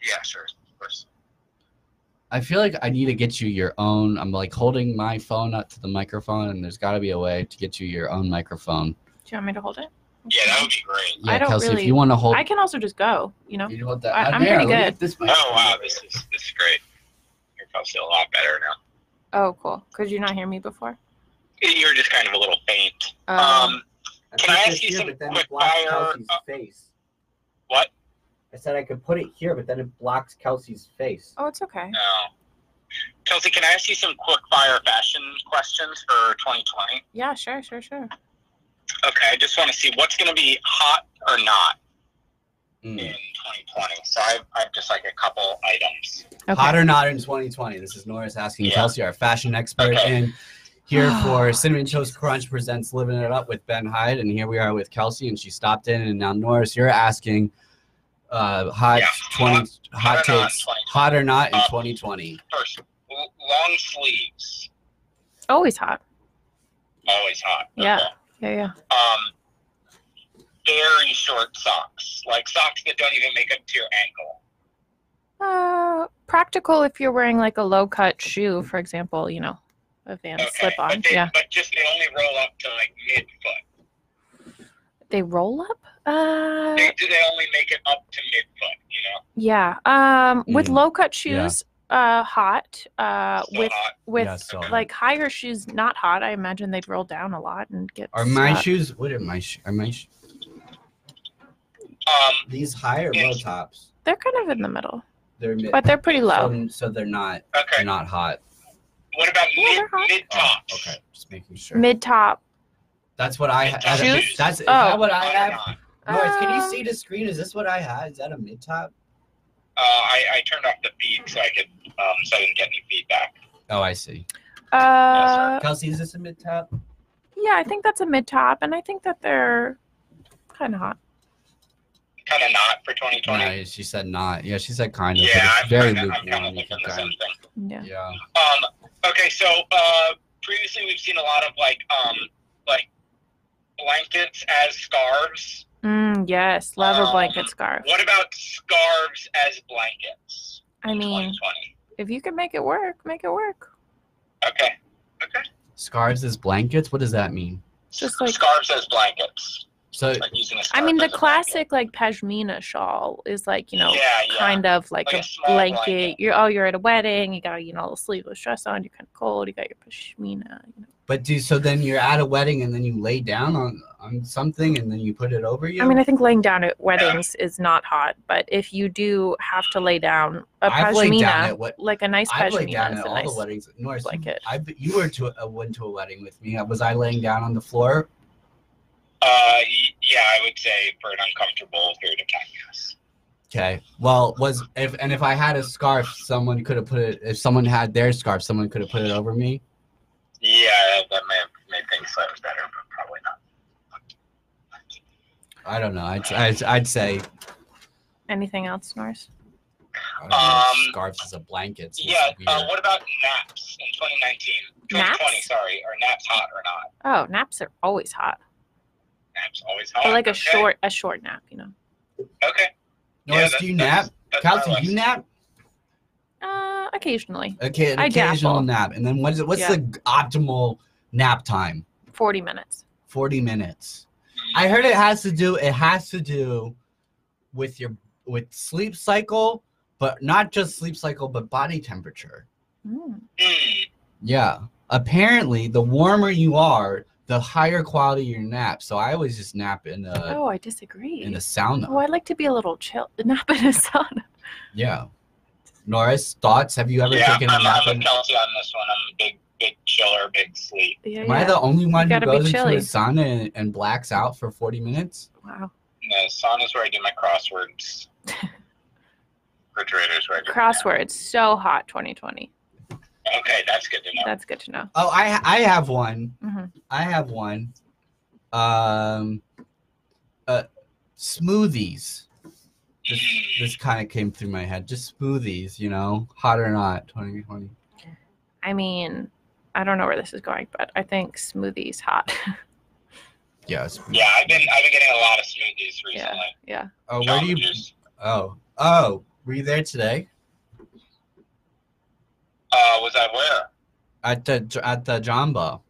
S6: Yeah, sure, of course.
S5: I feel like I need to get you your own. I'm like holding my phone up to the microphone, and there's got to be a way to get you your own microphone.
S7: Do you want me to hold it?
S6: Yeah, that would be great.
S5: Yeah,
S7: I don't
S5: Kelsey, if
S7: really-
S5: you want to hold,
S7: I can also just go, you know?
S5: you want that.
S7: I-
S5: uh,
S7: I'm pretty
S5: let me
S7: good.
S5: get This mic.
S6: Oh wow, this is this is great. You're probably a lot better now.
S7: Oh, cool. Could you not hear me before?
S6: You were just kind of a little faint.
S7: Um,
S6: Um, Can I ask you some quick fire, uh,
S9: face.
S6: what?
S9: I said I could put it here, but then it blocks Kelsey's face.
S7: oh, it's okay.
S6: No. Kelsey, can I ask you some quick fire fashion questions for 2020?
S7: Yeah, sure, sure, sure.
S6: Okay, I just want to see what's going to be hot or not in
S5: Mm.
S6: 2020. So I've, I've just like a couple items.
S7: Okay.
S5: Hot or not in 2020. This is Norris asking
S6: Yeah.
S5: Kelsey, our fashion expert,
S6: Okay.
S5: and here for Cinnamon Toast Crunch presents Living It Up with Ben Hyde, and here we are with Kelsey, and she stopped in, and now Norris, you're asking uh, hot
S6: Yeah.
S5: 20 hot,
S6: Hot or not in
S5: takes,
S6: 2020.
S5: hot or not in
S6: Uh,
S5: 2020.
S6: First, l- long sleeves.
S7: Always hot.
S6: Always hot.
S7: Yeah.
S6: Okay.
S7: Yeah, yeah.
S6: Um, very short socks, like socks that don't even make up to your ankle.
S7: Uh, practical if you're wearing like a low cut shoe, for example, you know, a Vans slip on.
S6: But, they,
S7: yeah.
S6: but just they only roll up to like midfoot.
S7: They roll up? Uh,
S6: They, they only make it up to midfoot, you know?
S7: yeah. Um, with
S5: Mm.
S7: low cut
S5: Yeah.
S7: shoes, uh, hot. Uh,
S6: Still
S7: with
S6: hot.
S7: with
S5: Yeah, so-
S7: like higher shoes, not hot. I imagine they'd roll down a lot and get.
S5: Are my
S7: stuck.
S5: shoes? What are my sh- are my sh-
S6: Um,
S5: these high or low tops?
S7: They're kind of in the middle,
S5: They're mid-
S7: but they're pretty low.
S5: so, so they're not
S6: okay.
S5: they're not hot.
S6: What about
S7: Yeah,
S6: mid,
S7: they're hot.
S6: mid
S5: Oh,
S6: tops?
S5: okay, just making sure.
S7: Mid top.
S5: that's what I had.
S6: Shoes?
S5: That's is
S7: Oh.
S5: that what I
S6: Hot or
S5: have?
S6: not?
S5: Norris, can
S7: Um,
S5: you see the screen? Is this what I had? Is that a mid top?
S6: Uh, I, I turned off the feed so I could um, so I didn't get any feedback.
S5: Oh, I see.
S7: Uh,
S5: Kelsey, is this a mid top?
S7: yeah, I think that's a mid top, and I think that they're kind of hot.
S6: Kind of not for 2020.
S5: No, Oh, she said not. Yeah, she said kind of.
S6: yeah,
S5: but
S6: I'm
S5: it's very
S6: kinda, I'm kind
S5: lukewarm.
S6: of
S5: You
S6: thinking
S5: can
S6: the same
S5: kind
S6: thing.
S7: Yeah.
S5: of, yeah.
S6: Um, okay, so uh, previously we've seen a lot of like um, like blankets as scarves.
S7: Mm, yes, love a
S6: Um,
S7: blanket scarf.
S6: What about scarves as blankets?
S7: I
S6: in
S7: mean,
S6: 2020.
S7: if you can make it work, make it work.
S6: Okay.
S5: Scarves as blankets. What does that mean?
S7: Just like-
S6: scarves as blankets.
S5: So
S6: Like using a
S7: I
S6: scarf
S7: mean, the
S6: as a blanket.
S7: classic like pashmina shawl is like you know
S6: yeah, yeah.
S7: kind of like,
S6: Like a
S7: a,
S6: small
S7: blanket.
S6: blanket.
S7: You're oh, you're at a wedding. You got you know a sleeveless dress on. You're kind of cold. You got your pashmina. You know.
S5: But do so then you're at a wedding and then you lay down on on something and then you put it over you.
S7: I mean, I think laying down at weddings is not hot, but if you do have to lay down a
S5: I've laid down
S7: pashmina,
S5: at what
S7: like a nice
S5: I've laid
S7: pashmina
S5: down
S7: is
S5: at
S7: a
S5: all
S7: nice.
S5: the weddings. Norris, you,
S7: blanket.
S5: I you were to uh, went to a wedding with me. Was I laying down on the floor?
S6: Uh, y- yeah, I would say for an uncomfortable period of time. Yes.
S5: Okay. Well, was if and if I had a scarf, someone could have put it. If someone had their scarf, someone could have put it over me.
S6: Yeah, that may have made things slightly better, but probably not.
S5: I don't know. I'd I'd, I'd say
S7: Anything else, Norris?
S5: I don't know,
S6: Um,
S5: scarves as a blanket. so it's
S6: Yeah. Uh,
S5: weird.
S6: what about naps in 2019? 2020,
S7: Naps?
S6: sorry. Are naps hot or not?
S7: Oh, naps are always hot.
S6: Naps always hot.
S7: Or like a
S6: okay.
S7: short a short nap, you know.
S6: Okay.
S5: Norris,
S6: yeah,
S5: do you
S6: that's-
S5: nap?
S6: that's my
S5: Kelsey, do you
S6: list.
S5: nap?
S7: Uh, occasionally,
S5: Okay, an
S7: I
S5: occasional
S7: dabble.
S5: nap. And then what's what's
S7: Yeah.
S5: the g- optimal nap time?
S7: forty minutes.
S5: Forty minutes. I heard it has to do. It has to do with your with sleep cycle, but not just sleep cycle, but body temperature.
S7: Mm.
S6: Mm,
S5: Yeah. Apparently, the warmer you are, the higher quality your nap. So I always just nap in a
S7: oh, I disagree.
S5: in a sauna.
S7: Oh, I like to be a little chill, nap in a sauna.
S5: Yeah. Norris, thoughts? Have you ever
S6: yeah,
S5: taken a
S6: I'm,
S5: nap?
S6: I'm
S5: In,
S6: with Kelsey on this one. I'm a big, big chiller, big sleep.
S7: Yeah,
S5: am I
S7: yeah.
S5: the only one who
S7: gotta be
S5: goes into a
S7: chilly.
S5: sauna and, and blacks out for forty minutes?
S7: Wow.
S6: No, sauna's where I do my crosswords. Refrigerator's where I do my
S7: Crosswords, so hot 2020.
S6: nap. Okay, that's good to know.
S7: That's good to know.
S5: Oh, I I have one.
S7: hmm
S5: I have one. Um, uh, smoothies. This, this kind of came through my head. Just smoothies, you know, hot or not, twenty twenty.
S7: I mean, I don't know where this is going, but I think smoothies hot.
S5: Yeah. smoothies.
S6: yeah, I've been, I've been getting a lot of smoothies recently.
S7: yeah.
S5: Oh, where do Oh.
S6: Jamba
S5: you?
S6: Juice.
S5: Oh, oh, were you there today?
S6: Uh, was I where?
S5: at the at the Jumbo.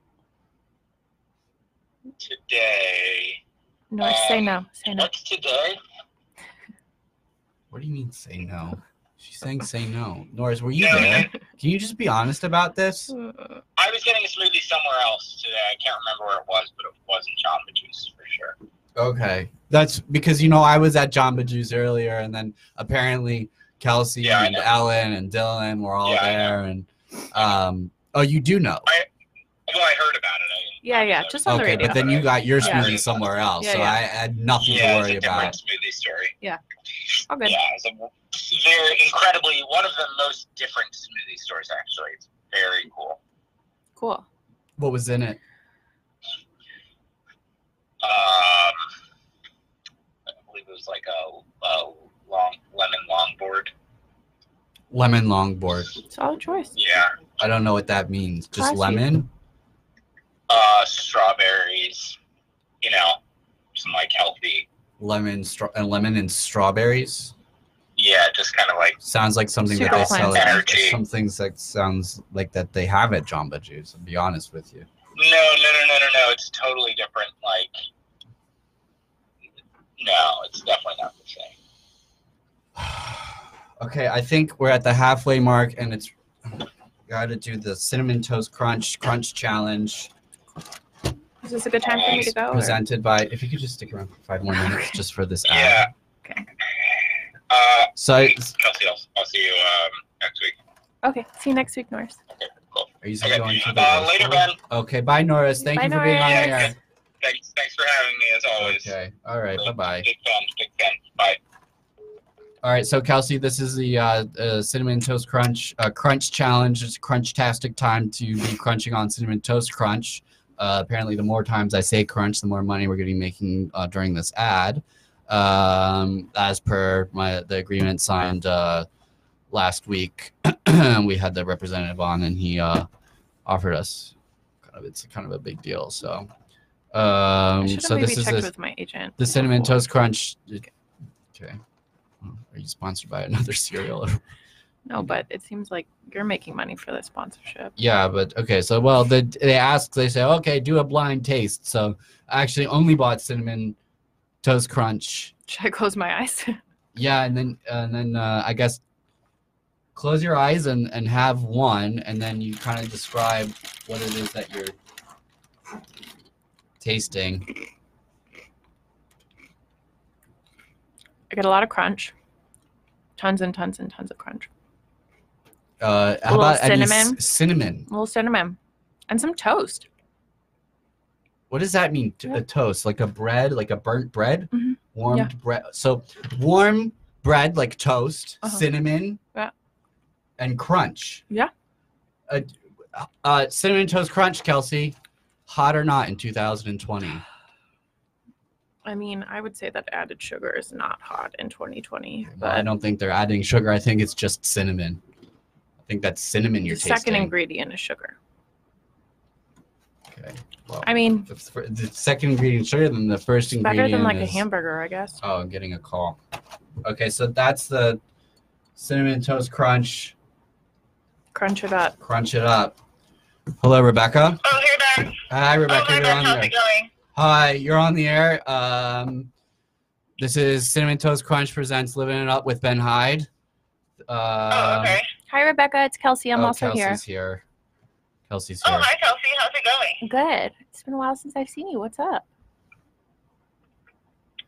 S6: Today.
S7: No, say no. Say no.
S6: What's today?
S5: What do you mean say no? She's saying say no. Norris, were you
S6: Yeah.
S5: there? Can you just be honest about this?
S6: I was getting a smoothie somewhere else today. I can't remember where it was, but it wasn't Jamba Juice for sure.
S5: Okay. That's because you know I was at Jamba Juice earlier and then apparently Kelsey
S6: Yeah, I
S5: and
S6: know.
S5: Ellen and Dylan were all
S6: Yeah, I
S5: there and um oh you do know.
S6: Well, I heard about it. I didn't-
S7: Yeah, yeah, just on the
S5: Okay,
S7: radio.
S5: but then you got your
S7: Yeah.
S5: smoothie somewhere else.
S7: Yeah,
S5: so
S7: yeah.
S5: I had nothing
S6: yeah,
S5: to worry
S6: it's a different
S5: about.
S6: smoothie story.
S7: All good.
S6: Yeah, it's a, they're incredibly one of the most different smoothie stories. Actually, it's very cool.
S7: Cool.
S5: What was in it?
S6: Um, I believe it was like a, a long lemon longboard.
S5: Lemon longboard.
S7: Solid choice.
S6: Yeah,
S5: I don't know what that means. Just
S7: Classy.
S5: lemon?
S6: uh, strawberries. You know, some like healthy.
S5: Lemon stra- uh, lemon and strawberries?
S6: Yeah, just kind of like
S5: Sounds like something that
S7: Super
S5: they
S7: cleanse.
S5: sell. At,
S6: Energy.
S5: some things that sounds like that they have at Jamba Juice. I'll be honest with you.
S6: no, no, no, no, no, no. It's totally different. Like, no, it's definitely not the same.
S5: okay, I think we're at the halfway mark, and it's got to do the cinnamon toast crunch crunch challenge
S7: Is this a good time for me to go? or-
S5: presented by. If you could just stick around for five more minutes, just for this. ad.
S6: Yeah.
S7: Okay.
S6: Uh,
S5: So, Ah. it's-
S6: Kelsey, I'll, I'll see you um, next week.
S7: Okay. See you next week, Norris.
S5: are you
S6: Okay.
S5: still going to the?
S6: Uh, later, Ben.
S5: Okay, bye, Norris. Thank
S7: Bye,
S5: you for being on
S7: Norris.
S5: the air.
S6: Thanks, thanks for having me as always.
S5: Okay. All right. Bye bye.
S6: Big fan, big fan. Bye.
S5: All right, so Kelsey, this is the uh, uh, cinnamon toast crunch uh, crunch challenge. It's crunch-tastic time to be crunching on cinnamon toast crunch. Uh, apparently, the more times I say crunch, the more money we're going to be making uh, during this ad, um, as per my the agreement signed uh, last week. we had the representative on, and he uh, offered us. Kind of, it's kind of a big deal. So,
S7: I
S5: um,
S7: should have
S5: so
S7: maybe
S5: this is
S7: checked
S5: a,
S7: with my agent.
S5: the cinnamon
S7: before.
S5: toast crunch. Okay. Well, Are you sponsored by another cereal?
S7: No, but it seems like you're making money for the sponsorship.
S5: yeah, but okay. So well, the, they ask. They say, okay, do a blind taste. So I actually only bought cinnamon toast crunch.
S7: Should I close my eyes?
S5: Yeah, and then and then uh, I guess close your eyes and and have one, and then you kind of describe what it is that you're tasting.
S7: I get a lot of crunch. Tons and tons and tons of crunch.
S5: Uh,
S7: A
S5: how
S7: little
S5: about any c-
S7: cinnamon.
S5: cinnamon.
S7: A little cinnamon. And some toast.
S5: What does that mean? T-
S7: Yeah.
S5: A toast, like a bread, like a burnt bread,
S7: Mhm.
S5: warmed bread. So warm bread, like toast,
S7: Uh-huh.
S5: cinnamon,
S7: Yeah.
S5: and crunch.
S7: Yeah.
S5: Uh, uh, cinnamon toast crunch, Kelsey. Hot or not in 2020?
S7: I mean, I would say that added sugar is not hot in 2020,
S5: Well, I
S7: but
S5: don't think they're adding sugar. I think it's just cinnamon. I think that's cinnamon
S7: the
S5: you're
S7: second
S5: tasting.
S7: ingredient is sugar.
S5: Okay. Well,
S7: I mean,
S5: the, fir- the second ingredient sugar than the first ingredient.
S7: better than like a
S5: is-
S7: hamburger, I guess.
S5: Oh, I'm getting a call. Okay, so that's the cinnamon toast crunch.
S7: Crunch it up.
S5: Crunch it up. Hello, Rebecca.
S6: Oh, hey, Ben.
S5: Hi, Rebecca. You're on the air.
S6: going?
S5: Hi, you're on the air. Um, this is Cinnamon Toast Crunch presents Living It Up with Ben Hyde. Uh,
S6: Oh,
S1: Hi, Rebecca. It's Kelsey.
S5: oh, Kelsey's here.
S6: Oh,
S5: Kelsey's here.
S6: Kelsey. How's it going?
S1: Good. It's been a while since I've seen you. What's up?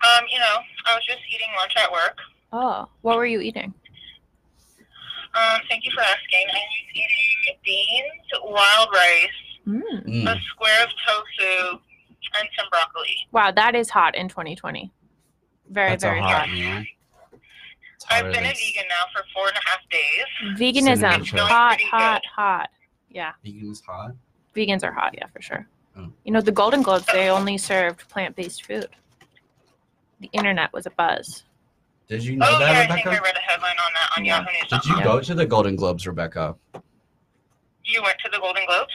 S6: Um, you know, I was just eating lunch at work.
S1: Oh, what were you eating?
S6: Um, thank you for asking. I was eating beans, wild rice,
S7: Mm.
S5: Mm.
S6: a square of tofu, and some broccoli.
S7: Wow, that is hot in 2020. Very,
S5: That's
S7: very
S5: a
S7: hot.
S5: hot meal. It's
S6: I've
S5: hotter
S6: been a
S5: than-
S6: vegan now for four and a half days.
S7: Veganism.
S5: Cinnamon toast.
S7: Hot,
S6: Pretty good.
S7: hot, hot. Yeah.
S5: Vegan is hot.
S7: Vegans are hot, yeah, for sure.
S5: Oh.
S7: You know, the Golden Globes, they only served plant based food. The internet was a buzz.
S5: Did you know
S6: oh,
S5: that,
S6: yeah, I think
S5: Rebecca?
S6: I read a headline on that on
S7: Yeah.
S6: Yahoo News.
S5: Did you
S7: Yeah.
S5: go to the Golden Globes, Rebecca?
S6: You went to the Golden Globes?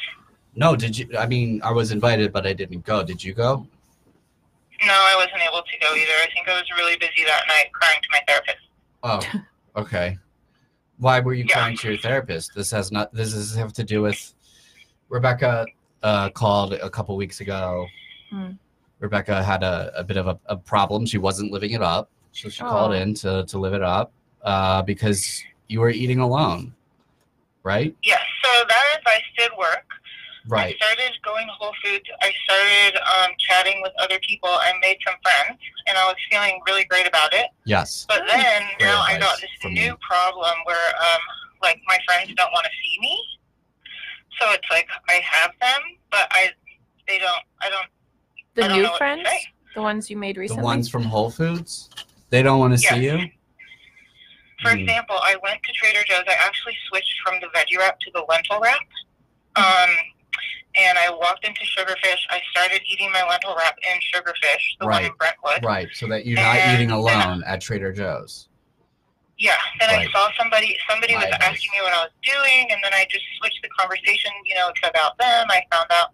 S5: No, did you? I mean, I was invited, but I didn't go. Did you go?
S6: No, I wasn't able to go either. I think I was really busy that night crying to my therapist.
S5: Oh, okay. Why were you
S6: Yeah.
S5: crying to your therapist? This has not. This has have to do with Rebecca uh, called a couple weeks ago.
S7: Hmm.
S5: Rebecca had a, a bit of a, a problem. She wasn't living it up, so she
S7: Oh.
S5: called in to to live it up uh, because you were eating alone, right?
S10: Yes, so that advice did work.
S5: Right.
S10: I started going to Whole Foods. I started um, chatting with other people. I made some friends, and I was feeling really great about it.
S5: Yes.
S10: But then
S5: Great
S10: now I got
S5: advice
S10: this
S5: from
S10: new problem where, um, like, my friends don't want to see me. So it's like I have them, but I they don't. I don't. I
S7: The
S10: don't
S7: new
S10: know what to
S7: friends,
S10: say.
S7: the ones you made recently.
S5: The ones from Whole Foods. They don't want to see
S10: Yes.
S5: you.
S10: For
S5: Hmm.
S10: example, I went to Trader Joe's. I actually switched from the veggie wrap to the lentil wrap. Um, and I walked into Sugarfish. I started eating my lentil wrap in Sugarfish, the one in
S5: Right.
S10: Brentwood.
S5: Right. So that you're not
S10: And-
S5: eating alone at Trader Joe's.
S10: Yeah. Then
S5: Right.
S10: I saw somebody. Somebody
S5: My
S10: was
S5: advice.
S10: asking me what I was doing, and then I just switched the conversation, you know, to about them. I found out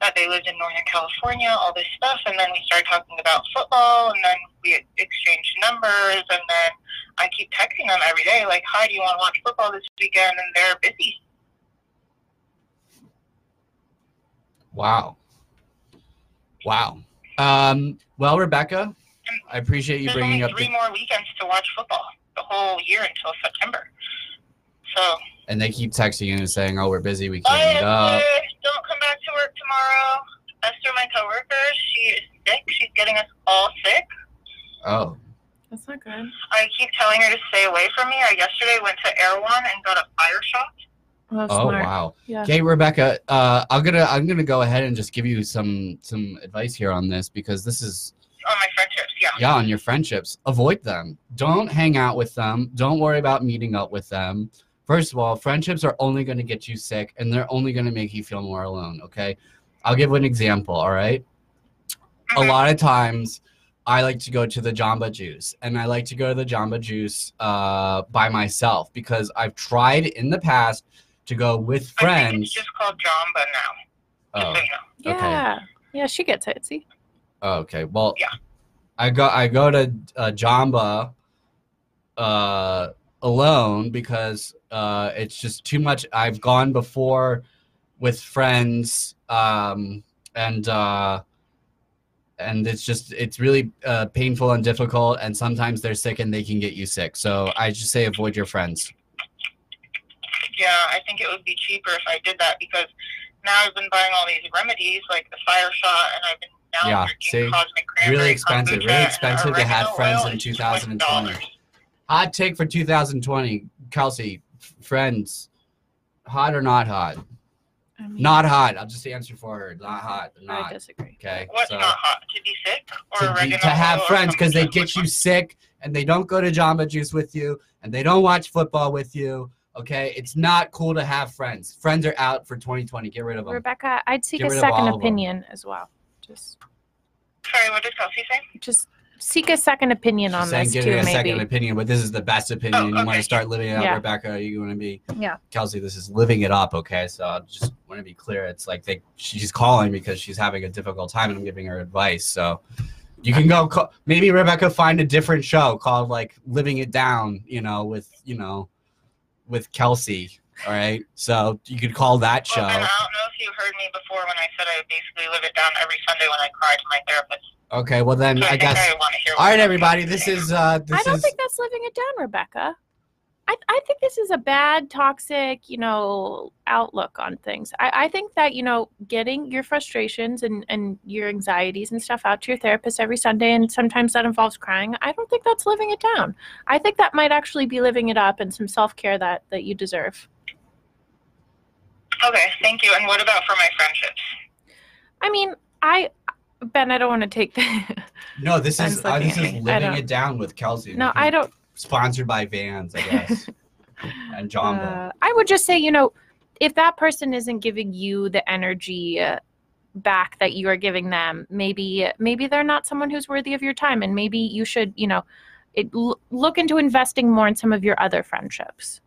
S10: that they lived in Northern California, all this stuff, and then we started talking about football, and then we exchanged numbers, and then I keep texting them every day, like, "Hi, do you want to watch football this weekend?" And they're busy.
S5: Wow. Wow. Um, well, Rebecca, I appreciate you
S10: There's
S5: bringing
S10: only
S5: up
S10: three
S5: the,
S10: more weekends to watch football the whole year until September. So,
S5: and they keep texting you and saying, "Oh, we're busy. We
S10: bye,
S5: can't meet up."
S10: Esther. Don't come back to work tomorrow. Esther, my coworker, she is sick. She's getting us all sick.
S5: Oh,
S7: That's not good.
S10: I keep telling her to stay away from me. I yesterday went to Erewhon and got a fire shot.
S7: Oh, that's
S5: oh,
S7: smart.
S5: wow.
S7: Yeah.
S5: Okay, Rebecca, uh, I'm gonna I'm gonna go ahead and just give you some some advice here on this because this is
S10: On my friendships, yeah.
S5: yeah on your friendships avoid them don't hang out with them don't worry about meeting up with them first of all friendships are only going to get you sick and they're only going to make you feel more alone okay i'll give an example all right? a
S10: Mhm.
S5: lot of times i like to go to the jamba juice and i like to go to the jamba juice uh, by myself because i've tried in the past to go with
S10: I think it's
S5: friends
S10: just called Jamba now.
S5: oh.
S10: Just so you know.
S5: Okay.
S7: Yeah. Yeah, she gets it. See,
S5: Oh, okay. Well,
S10: Yeah.
S5: I go I go to uh, Jamba uh, alone because uh, it's just too much. I've gone before with friends, um, and uh, and it's just it's really uh, painful and difficult. And sometimes they're sick and they can get you sick. So I just say avoid your friends.
S10: Yeah, I think it would be cheaper if I did that because now I've been buying all these remedies like the fire shot, and I've been now
S5: Yeah,
S10: drinking
S5: see?
S10: cosmic cranberry
S5: Really expensive.
S10: kombucha
S5: Really
S10: and
S5: expensive to have
S10: oregano
S5: friends
S10: oil
S5: in
S10: is
S5: 2020.
S10: $20.
S5: Hot take for 2020, Kelsey. f- Friends, hot or not hot?
S7: I mean,
S5: Not hot. I'll just answer for her. Not hot. They're
S7: I
S5: Not
S7: disagree.
S5: okay.
S10: What's
S5: so
S10: not hot? To be sick or
S5: to, be-
S10: oregano
S5: to have
S10: oil or
S5: friends because they
S10: kombucha?
S5: get you sick and they don't go to Jamba Juice with you and they don't watch football with you. Okay, it's not cool to have friends. Friends are out for 2020. Get rid of them.
S7: Rebecca, I'd seek
S5: Get
S7: a
S5: rid of
S7: second
S5: all of 'em.
S7: opinion as well. Just,
S10: Sorry, what did Kelsey say?
S7: just seek a second opinion
S5: She's
S7: on
S5: saying
S7: this
S5: give
S7: too,
S5: it a
S7: maybe.
S5: second opinion, but this is the best opinion.
S10: Oh,
S5: You want
S10: okay.
S5: to start living it up,
S7: Yeah.
S5: Rebecca? You want to be
S7: Yeah.
S5: Kelsey? This is living it up. Okay, so I just want to be clear. It's like they she's calling because she's having a difficult time, and I'm giving her advice. So you can go call, maybe Rebecca find a different show called like Living It Down. You know, with you know, with Kelsey. All right, so you could call that show.
S10: Well, and I don't know if you heard me before when I said I would basically live it down every Sunday when I cry to my therapist.
S5: Okay, well then
S10: So
S5: I
S10: think
S5: guess.
S10: I want to hear.
S5: All right,
S10: what
S5: everybody.
S10: Kelsey
S5: This
S10: thinks.
S5: is uh
S7: I
S5: this
S7: don't
S5: is
S7: think that's living it down, Rebecca. I, I think this is a bad, toxic, you know, outlook on things. I, I think that, you know, getting your frustrations and, and your anxieties and stuff out to your therapist every Sunday, and sometimes that involves crying, I don't think that's living it down. I think that might actually be living it up and some self care that, that you deserve.
S10: Okay, thank you. And what about for my friendships?
S7: I mean, I, Ben, I don't want to take the.
S5: no. This
S7: Ben's
S5: is uh,
S7: looking
S5: this
S7: at
S5: is
S7: me. I
S5: living
S7: don't-
S5: it down with Kelsey.
S7: no, I don't.
S5: sponsored by Vans, I guess, and Jamba.
S7: Uh, I would just say, you know, if that person isn't giving you the energy uh, back that you are giving them, maybe maybe they're not someone who's worthy of your time, and maybe you should, you know, it, l- look into investing more in some of your other friendships.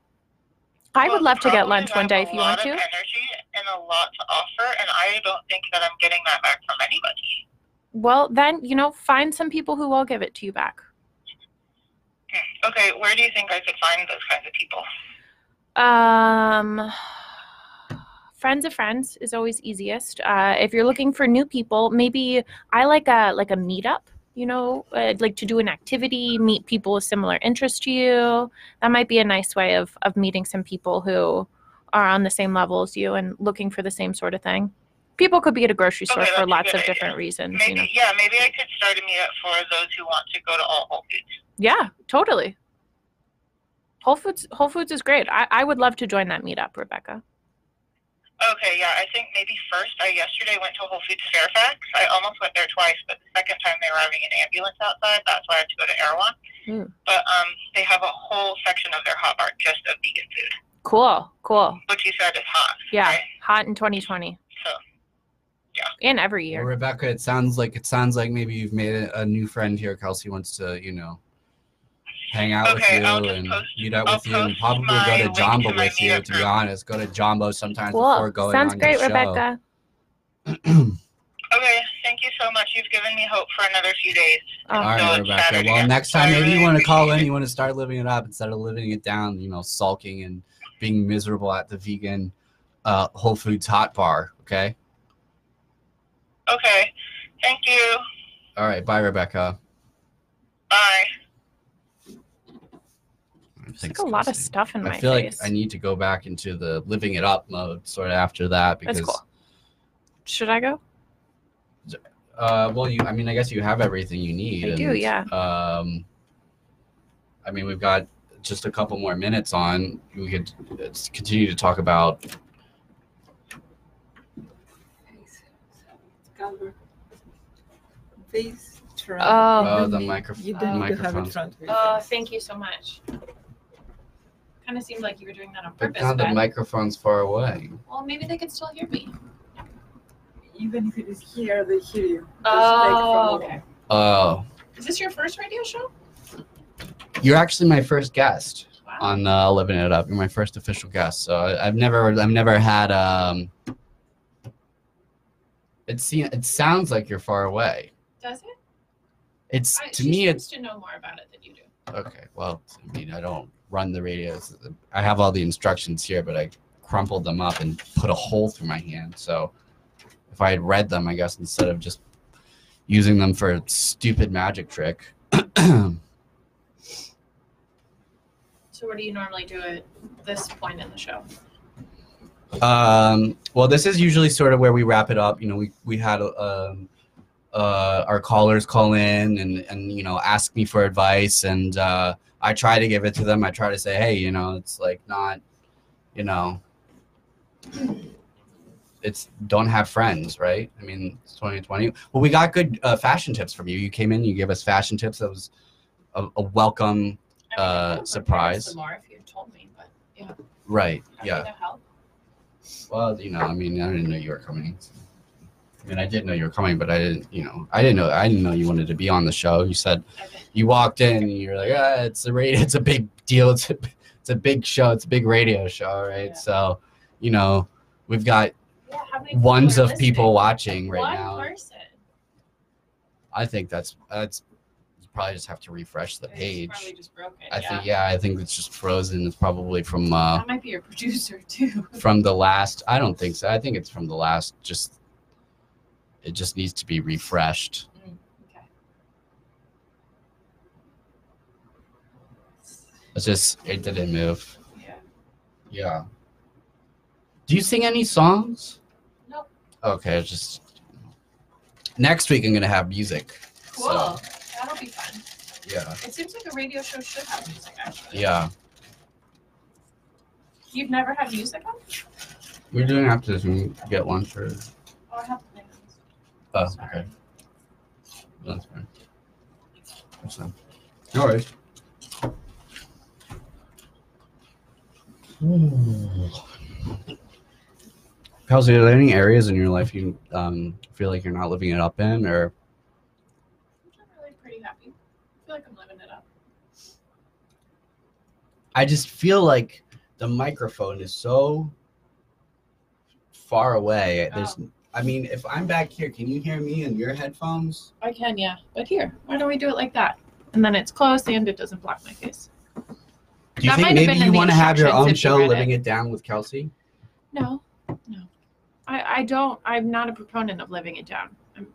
S7: I
S10: Well,
S7: would love to
S10: the
S7: get
S10: problem
S7: lunch
S10: is I
S7: one
S10: have
S7: day
S10: a
S7: if you want
S10: lot
S7: to.
S10: of Energy and a lot to offer, and I don't think that I'm getting that back from anybody.
S7: Well, then you know, find some people who will give it to you back.
S10: Hmm, Okay, where do you think I could find those kinds of people?
S7: Um, friends of friends is always easiest. Uh, if you're looking for new people, maybe I like a like a meetup. You know, I'd like to do an activity, meet people with similar interests to you. That might be a nice way of of meeting some people who are on the same level as you and looking for the same sort of thing. People could be at a grocery store for lots of different reasons. you know.
S10: Maybe, yeah, maybe I could start a meetup for those who want to go to all Whole Foods.
S7: Yeah, totally. Whole Foods Whole Foods is great. I, I would love to join that meetup, Rebecca.
S10: Okay, yeah, I think maybe first I yesterday went to Whole Foods Fairfax. I almost went there twice, but the second time they were having an ambulance outside, that's why I had to go to Erewhon.
S11: Hmm.
S10: But um, they have a whole section of their hot bar just of vegan food,
S7: Cool, cool.
S10: which you said is hot.
S7: Yeah, hot in 2020. yeah. And every year.
S5: Well, Rebecca, it sounds like it sounds like maybe you've made a, a new friend here. Kelsey wants to, you know, hang out
S10: Okay, I'll
S5: with you
S10: just
S5: and meet up with you, and probably go to Jumbo with you. To be honest, go to Jumbo sometimes before
S7: Cool.
S5: going
S7: Sounds
S5: on
S7: great,
S5: your show.
S7: Rebecca.
S10: Okay, thank you so much. You've given me hope for another few days.
S5: All right, Rebecca. Well, next time maybe you want to call in. You want to start living it up instead of living it down. You know, sulking and being miserable at the vegan uh, Whole Foods hot bar. Okay.
S10: Okay, thank you.
S5: All right. Bye, Rebecca.
S10: Bye.
S7: There's like a lot of stuff in my
S5: I feel
S7: face.
S5: like I need to go back into the living it up mode sort of after that
S7: That's
S5: because
S7: cool. Should I go?
S5: uh, well, you I mean I guess you have everything you need.
S7: I do, yeah.
S5: Um, I mean we've got just a couple more minutes on. We could uh, s- continue to talk about.
S11: Please try.
S7: Oh.
S5: Oh, the micro-
S11: You don't need to have
S5: microphone.
S11: it front. with you.
S7: Oh, thank you so much. Kind of seemed like you were doing that on
S5: But
S7: purpose.
S5: now the
S7: but-
S5: microphone's far away.
S7: well, maybe they can still hear me.
S11: Even if it is here, they hear you. Just
S7: Oh,
S11: take from
S7: okay.
S5: Oh,
S7: Is this your first radio show?
S5: you're actually my first guest on uh, living it up. You're my first official guest. So I, I've never I've never had um. It se- it sounds like you're far away.
S7: Does it?
S5: It's
S7: I,
S5: to
S7: she
S5: me
S7: seems
S5: it's
S7: to know more about it than you do.
S5: okay. Well, I mean I don't run the radios. I have all the instructions here, but I crumpled them up and put a hole through my hand. So if I had read them, I guess instead of just using them for a stupid magic trick.
S7: So, what do you normally do at this point in the show?
S5: Uh, Um, well, this is usually sort of where we wrap it up. You know, we we had um, uh, our callers call in and and you know ask me for advice, and uh, I try to give it to them. I try to say, hey, you know, it's like not, you know, it's don't have friends, right? I mean, it's 2020. Well, we got good uh, fashion tips from you. You came in, you gave us fashion tips. That was a, a welcome uh, surprise,
S7: Some more if you told me, but yeah.
S5: right?
S7: Happy
S5: Yeah.
S7: to help.
S5: Well, you know, I mean, I didn't know you were coming. I mean, I did know you were coming, but I didn't, you know, I didn't know, I didn't know you wanted to be on the show. You said you walked in and you're like, ah, it's a radio, it's a big deal, it's a, it's a big show, it's a big radio show, right? So, you know, we've got
S7: Yeah, how many people
S5: ones
S7: are
S5: of people
S7: listening?
S5: watching right
S7: One
S5: now.
S7: person.
S5: I think that's that's you probably just have to refresh the page.
S7: Probably just broken.
S5: I think yeah, I think it's just frozen. It's probably from uh,
S7: That might be your producer too.
S5: from the last i don't think so i think it's from the last just it just needs to be refreshed
S7: Mm,
S5: it's just it didn't move
S7: Yeah.
S5: yeah do you sing any songs
S7: Nope.
S5: okay it's just next week i'm gonna have music
S7: Cool. That'll be fun.
S5: yeah
S7: It seems like a radio show should have music. Actually,
S5: yeah
S7: you've never had music on.
S5: we're doing after this we get lunch or
S7: Oh, I have to think.
S5: oh okay that's fine that's fine no worries Hmm. Kelsey, are there any areas in your life you um, feel like you're not living it up in, or
S7: I'm really pretty happy. I feel like I'm living it up.
S5: I just feel like the microphone is so far away. There's, I mean, if I'm back here, can you hear me in your headphones?
S7: I can, yeah. But here, why don't we do it like that? And then it's closed and it doesn't block my face.
S5: Do Do you
S7: That
S5: think
S7: might have
S5: maybe
S7: been in
S5: you
S7: the
S5: want to have your
S7: instructions
S5: own
S7: if you
S5: show,
S7: read it.
S5: living it down with Kelsey?
S7: No, no. I, I don't. I'm not a proponent of living it down. I'm,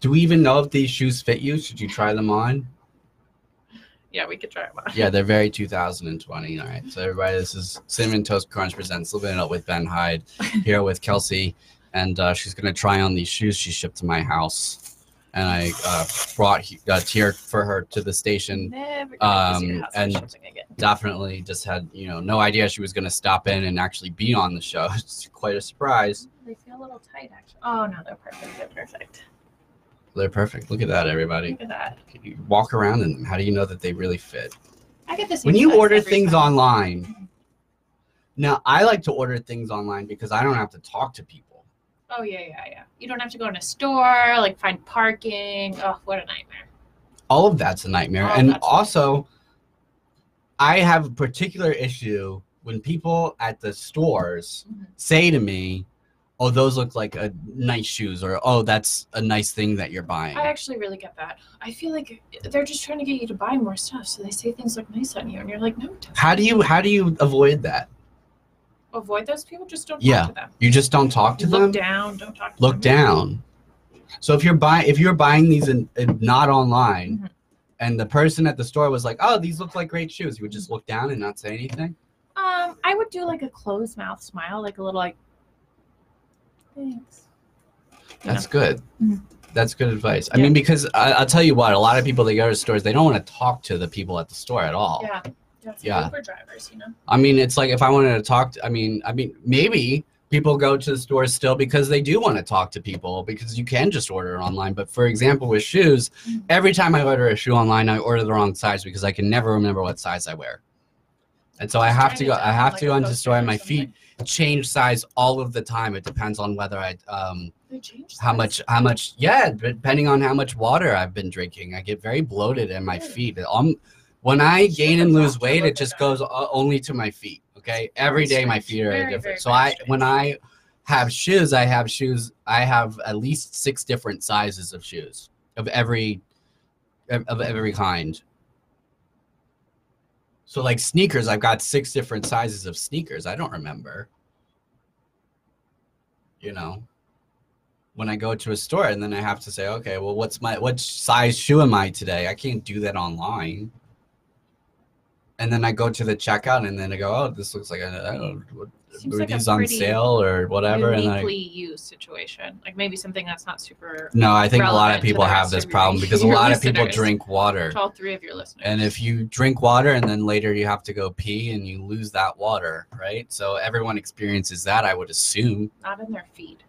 S5: Do we even know if these shoes fit you? Should you try them on?
S7: yeah, we could try it.
S5: Yeah, they're very 2020. All right. So, everybody, this is Cinnamon Toast Crunch Presents Living It Up with Ben Hyde here with Kelsey. And uh, she's going to try on these shoes she shipped to my house. And I uh, brought he- uh, here for her to the station.
S7: Never gonna use your
S5: Um,
S7: house for
S5: and
S7: shopping again.
S5: definitely just had, you know, no idea she was going to stop in and actually be on the show. It's quite a surprise.
S7: They feel a little tight, actually. Oh no, they're perfect. They're perfect.
S5: They're perfect. Look at that, everybody.
S7: Look at that.
S5: You walk around and how do you know that they really fit?
S7: I get this.
S5: when you order things online now i like to order things online because i don't have to talk to people
S7: Oh yeah, yeah, yeah. You don't have to go in a store, like find parking. Oh, what a nightmare.
S5: all of that's a nightmare
S7: All of
S5: and
S7: Oh, that's a
S5: also i have a particular issue when people at the stores
S7: Mm-hmm.
S5: say to me oh those look like a nice shoes or oh that's a nice thing that you're buying
S7: I actually really get that. I feel like they're just trying to get you to buy more stuff, so they say things look nice on you, and you're like, no, don't.
S5: how do you how do you avoid that
S7: avoid those people. Just don't
S5: yeah
S7: talk to them.
S5: you just don't talk to
S7: Look
S5: them
S7: down. Don't talk. To
S5: look down. So if you're buying if you're buying these in, in- not online, and the person at the store was like, "Oh, these look like great shoes," you would just look down and not say anything.
S7: Um, I would do like a closed mouth smile, like a little like. Thanks.
S5: That's good.
S7: Mhm.
S5: That's good advice. I mean, because I, I'll tell you what, a lot of people that go to stores, they don't want to talk to the people at the store at all.
S7: Yeah. That's
S5: Yeah.
S7: Uber drivers, you know.
S5: I mean, it's like if I wanted to talk, to, I mean, I mean, maybe people go to the store still because they do want to talk to people because you can just order it online. But for example, with shoes, every time I order a shoe online, I order the wrong size because I can never remember what size I wear. And so I have to go. I have to go into the store. and My feet change size all of the time. It depends on whether I um,
S7: They change.
S5: how much how much yeah depending on how much water i've been drinking i get very bloated in
S12: Mm.
S5: my feet um, when i gain and lose weight it just goes o- only to my feet okay every day my feet are
S12: Very, very,
S5: different so i when i have shoes i have shoes i have at least six different sizes of shoes of every of of every kind so like sneakers i've got six different sizes of sneakers i don't remember you know when I go to a store and then I have to say, okay, well, what's my what size shoe am I today? I can't do that online. And then I go to the checkout and then I go, oh, this looks like I I don't what,
S7: Seems
S5: were
S7: like a
S5: these on
S7: pretty
S5: sale or whatever? And
S7: Uniquely
S5: I
S7: used situation, like maybe something that's not super.
S5: no, I think a lot
S7: relevant
S5: of
S7: to
S5: people
S7: the
S5: have
S7: rest
S5: this
S7: your-
S5: problem because a
S7: your
S5: lot of people
S7: listeners,
S5: drink water.
S7: To all three of your listeners.
S5: And if you drink water and then later you have to go pee and you lose that water, right? So everyone experiences that, I would assume.
S7: Not in their feed.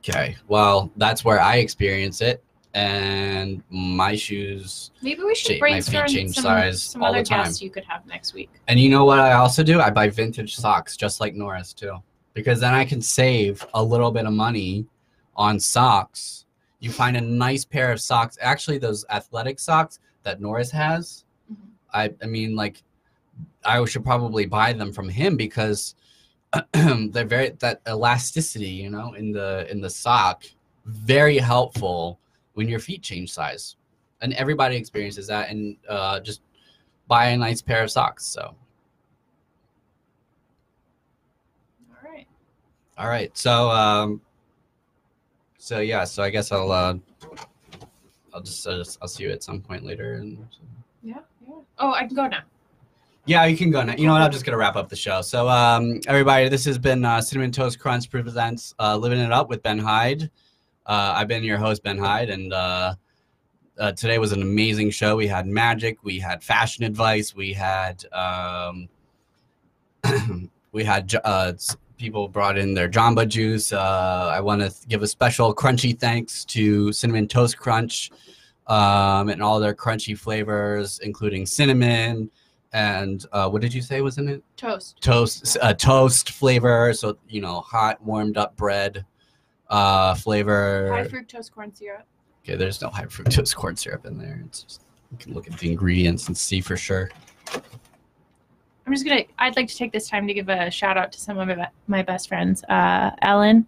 S5: Okay. Well, that's where I experience it. And my shoes
S7: Maybe we should
S5: shape- my feet
S7: brainstorm
S5: change
S7: some,
S5: size
S7: some
S5: all
S7: other
S5: the time.
S7: guests you could have next week.
S5: And you know what I also do? I buy vintage socks just like Norris too. Because then I can save a little bit of money on socks. You find a nice pair of socks. Actually, those athletic socks that Norris has.
S7: Mm-hmm.
S5: I I mean like I should probably buy them from him because they're very that elasticity, you know, in the in the sock very helpful when your feet change size. And everybody experiences that and uh, just buy a nice pair of socks. So,
S7: All right.
S5: all right. So, um, so yeah. So I guess I'll, uh, I'll just, I'll just, I'll see you at some point later. And
S7: Yeah. Yeah. Oh, I can go now.
S5: yeah, you can go now. You know what? I'm just gonna wrap up the show. So, um, everybody, this has been uh, Cinnamon Toast Crunch presents uh, Living It Up with Ben Hyde. Uh, I've been your host, Ben Hyde, and uh, uh, today was an amazing show. We had magic, we had fashion advice, we had um, we had j- uh, s- people brought in their Jamba Juice. Uh, I want to give a special crunchy thanks to Cinnamon Toast Crunch um, and all their crunchy flavors, including cinnamon and uh, what did you say was in it?
S7: Toast.
S5: toast s- uh, toast flavor so you know hot warmed up bread uh flavor
S7: High fructose corn syrup.
S5: okay there's no high fructose corn syrup in there it's just you can look at the ingredients and see for sure
S7: I'm just gonna. I'd like to take this time to give a shout out to some of my, be- my best friends, uh, Ellen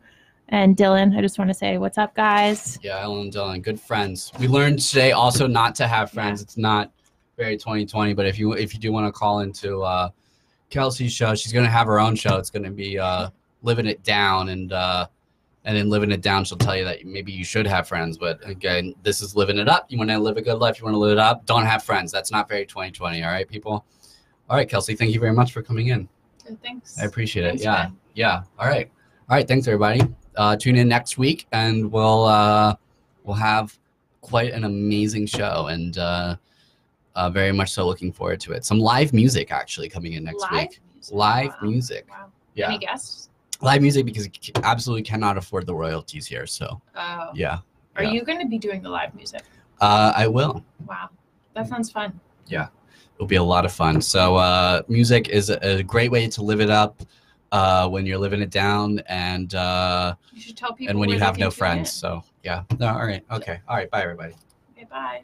S7: and Dylan. I just want to say, what's up, guys?
S5: yeah ellen and dylan good friends we learned today also not to have friends it's not very 2020. But if you if you do want to call into uh, Kelsey's show, she's gonna have her own show. It's gonna be uh, living it down, and uh, and in living it down, she'll tell you that maybe you should have friends. But again, this is living it up. You want to live a good life. You want to live it up. Don't have friends. That's not very 2020. All right, people. All right, Kelsey. Thank you very much for coming in.
S7: Uh, Thanks.
S5: I appreciate it.
S7: Thanks,
S5: yeah.
S7: man.
S5: Yeah. All right. All right. Thanks everybody. Uh, tune in next week and we'll uh, we'll have quite an amazing show and uh, uh, very much so looking forward to it. Some live music actually coming in next
S7: Live
S5: week. Live music.
S7: Wow.
S5: Yeah.
S7: Any guests?
S5: Live music because we c- absolutely cannot afford the royalties here. So
S7: Oh.
S5: yeah.
S7: Are
S5: yeah.
S7: you going to be doing the live music?
S5: Uh, I will.
S7: Wow.
S5: Mm.
S7: That sounds fun.
S5: yeah it'll be a lot of fun so uh, music is a, a great way to live it up uh, when you're living it down and uh,
S7: You should tell people.
S5: and when you
S7: where they
S5: have
S7: can
S5: no
S7: tune
S5: friends
S7: in.
S5: so yeah no all right okay all right bye everybody
S7: Okay, bye.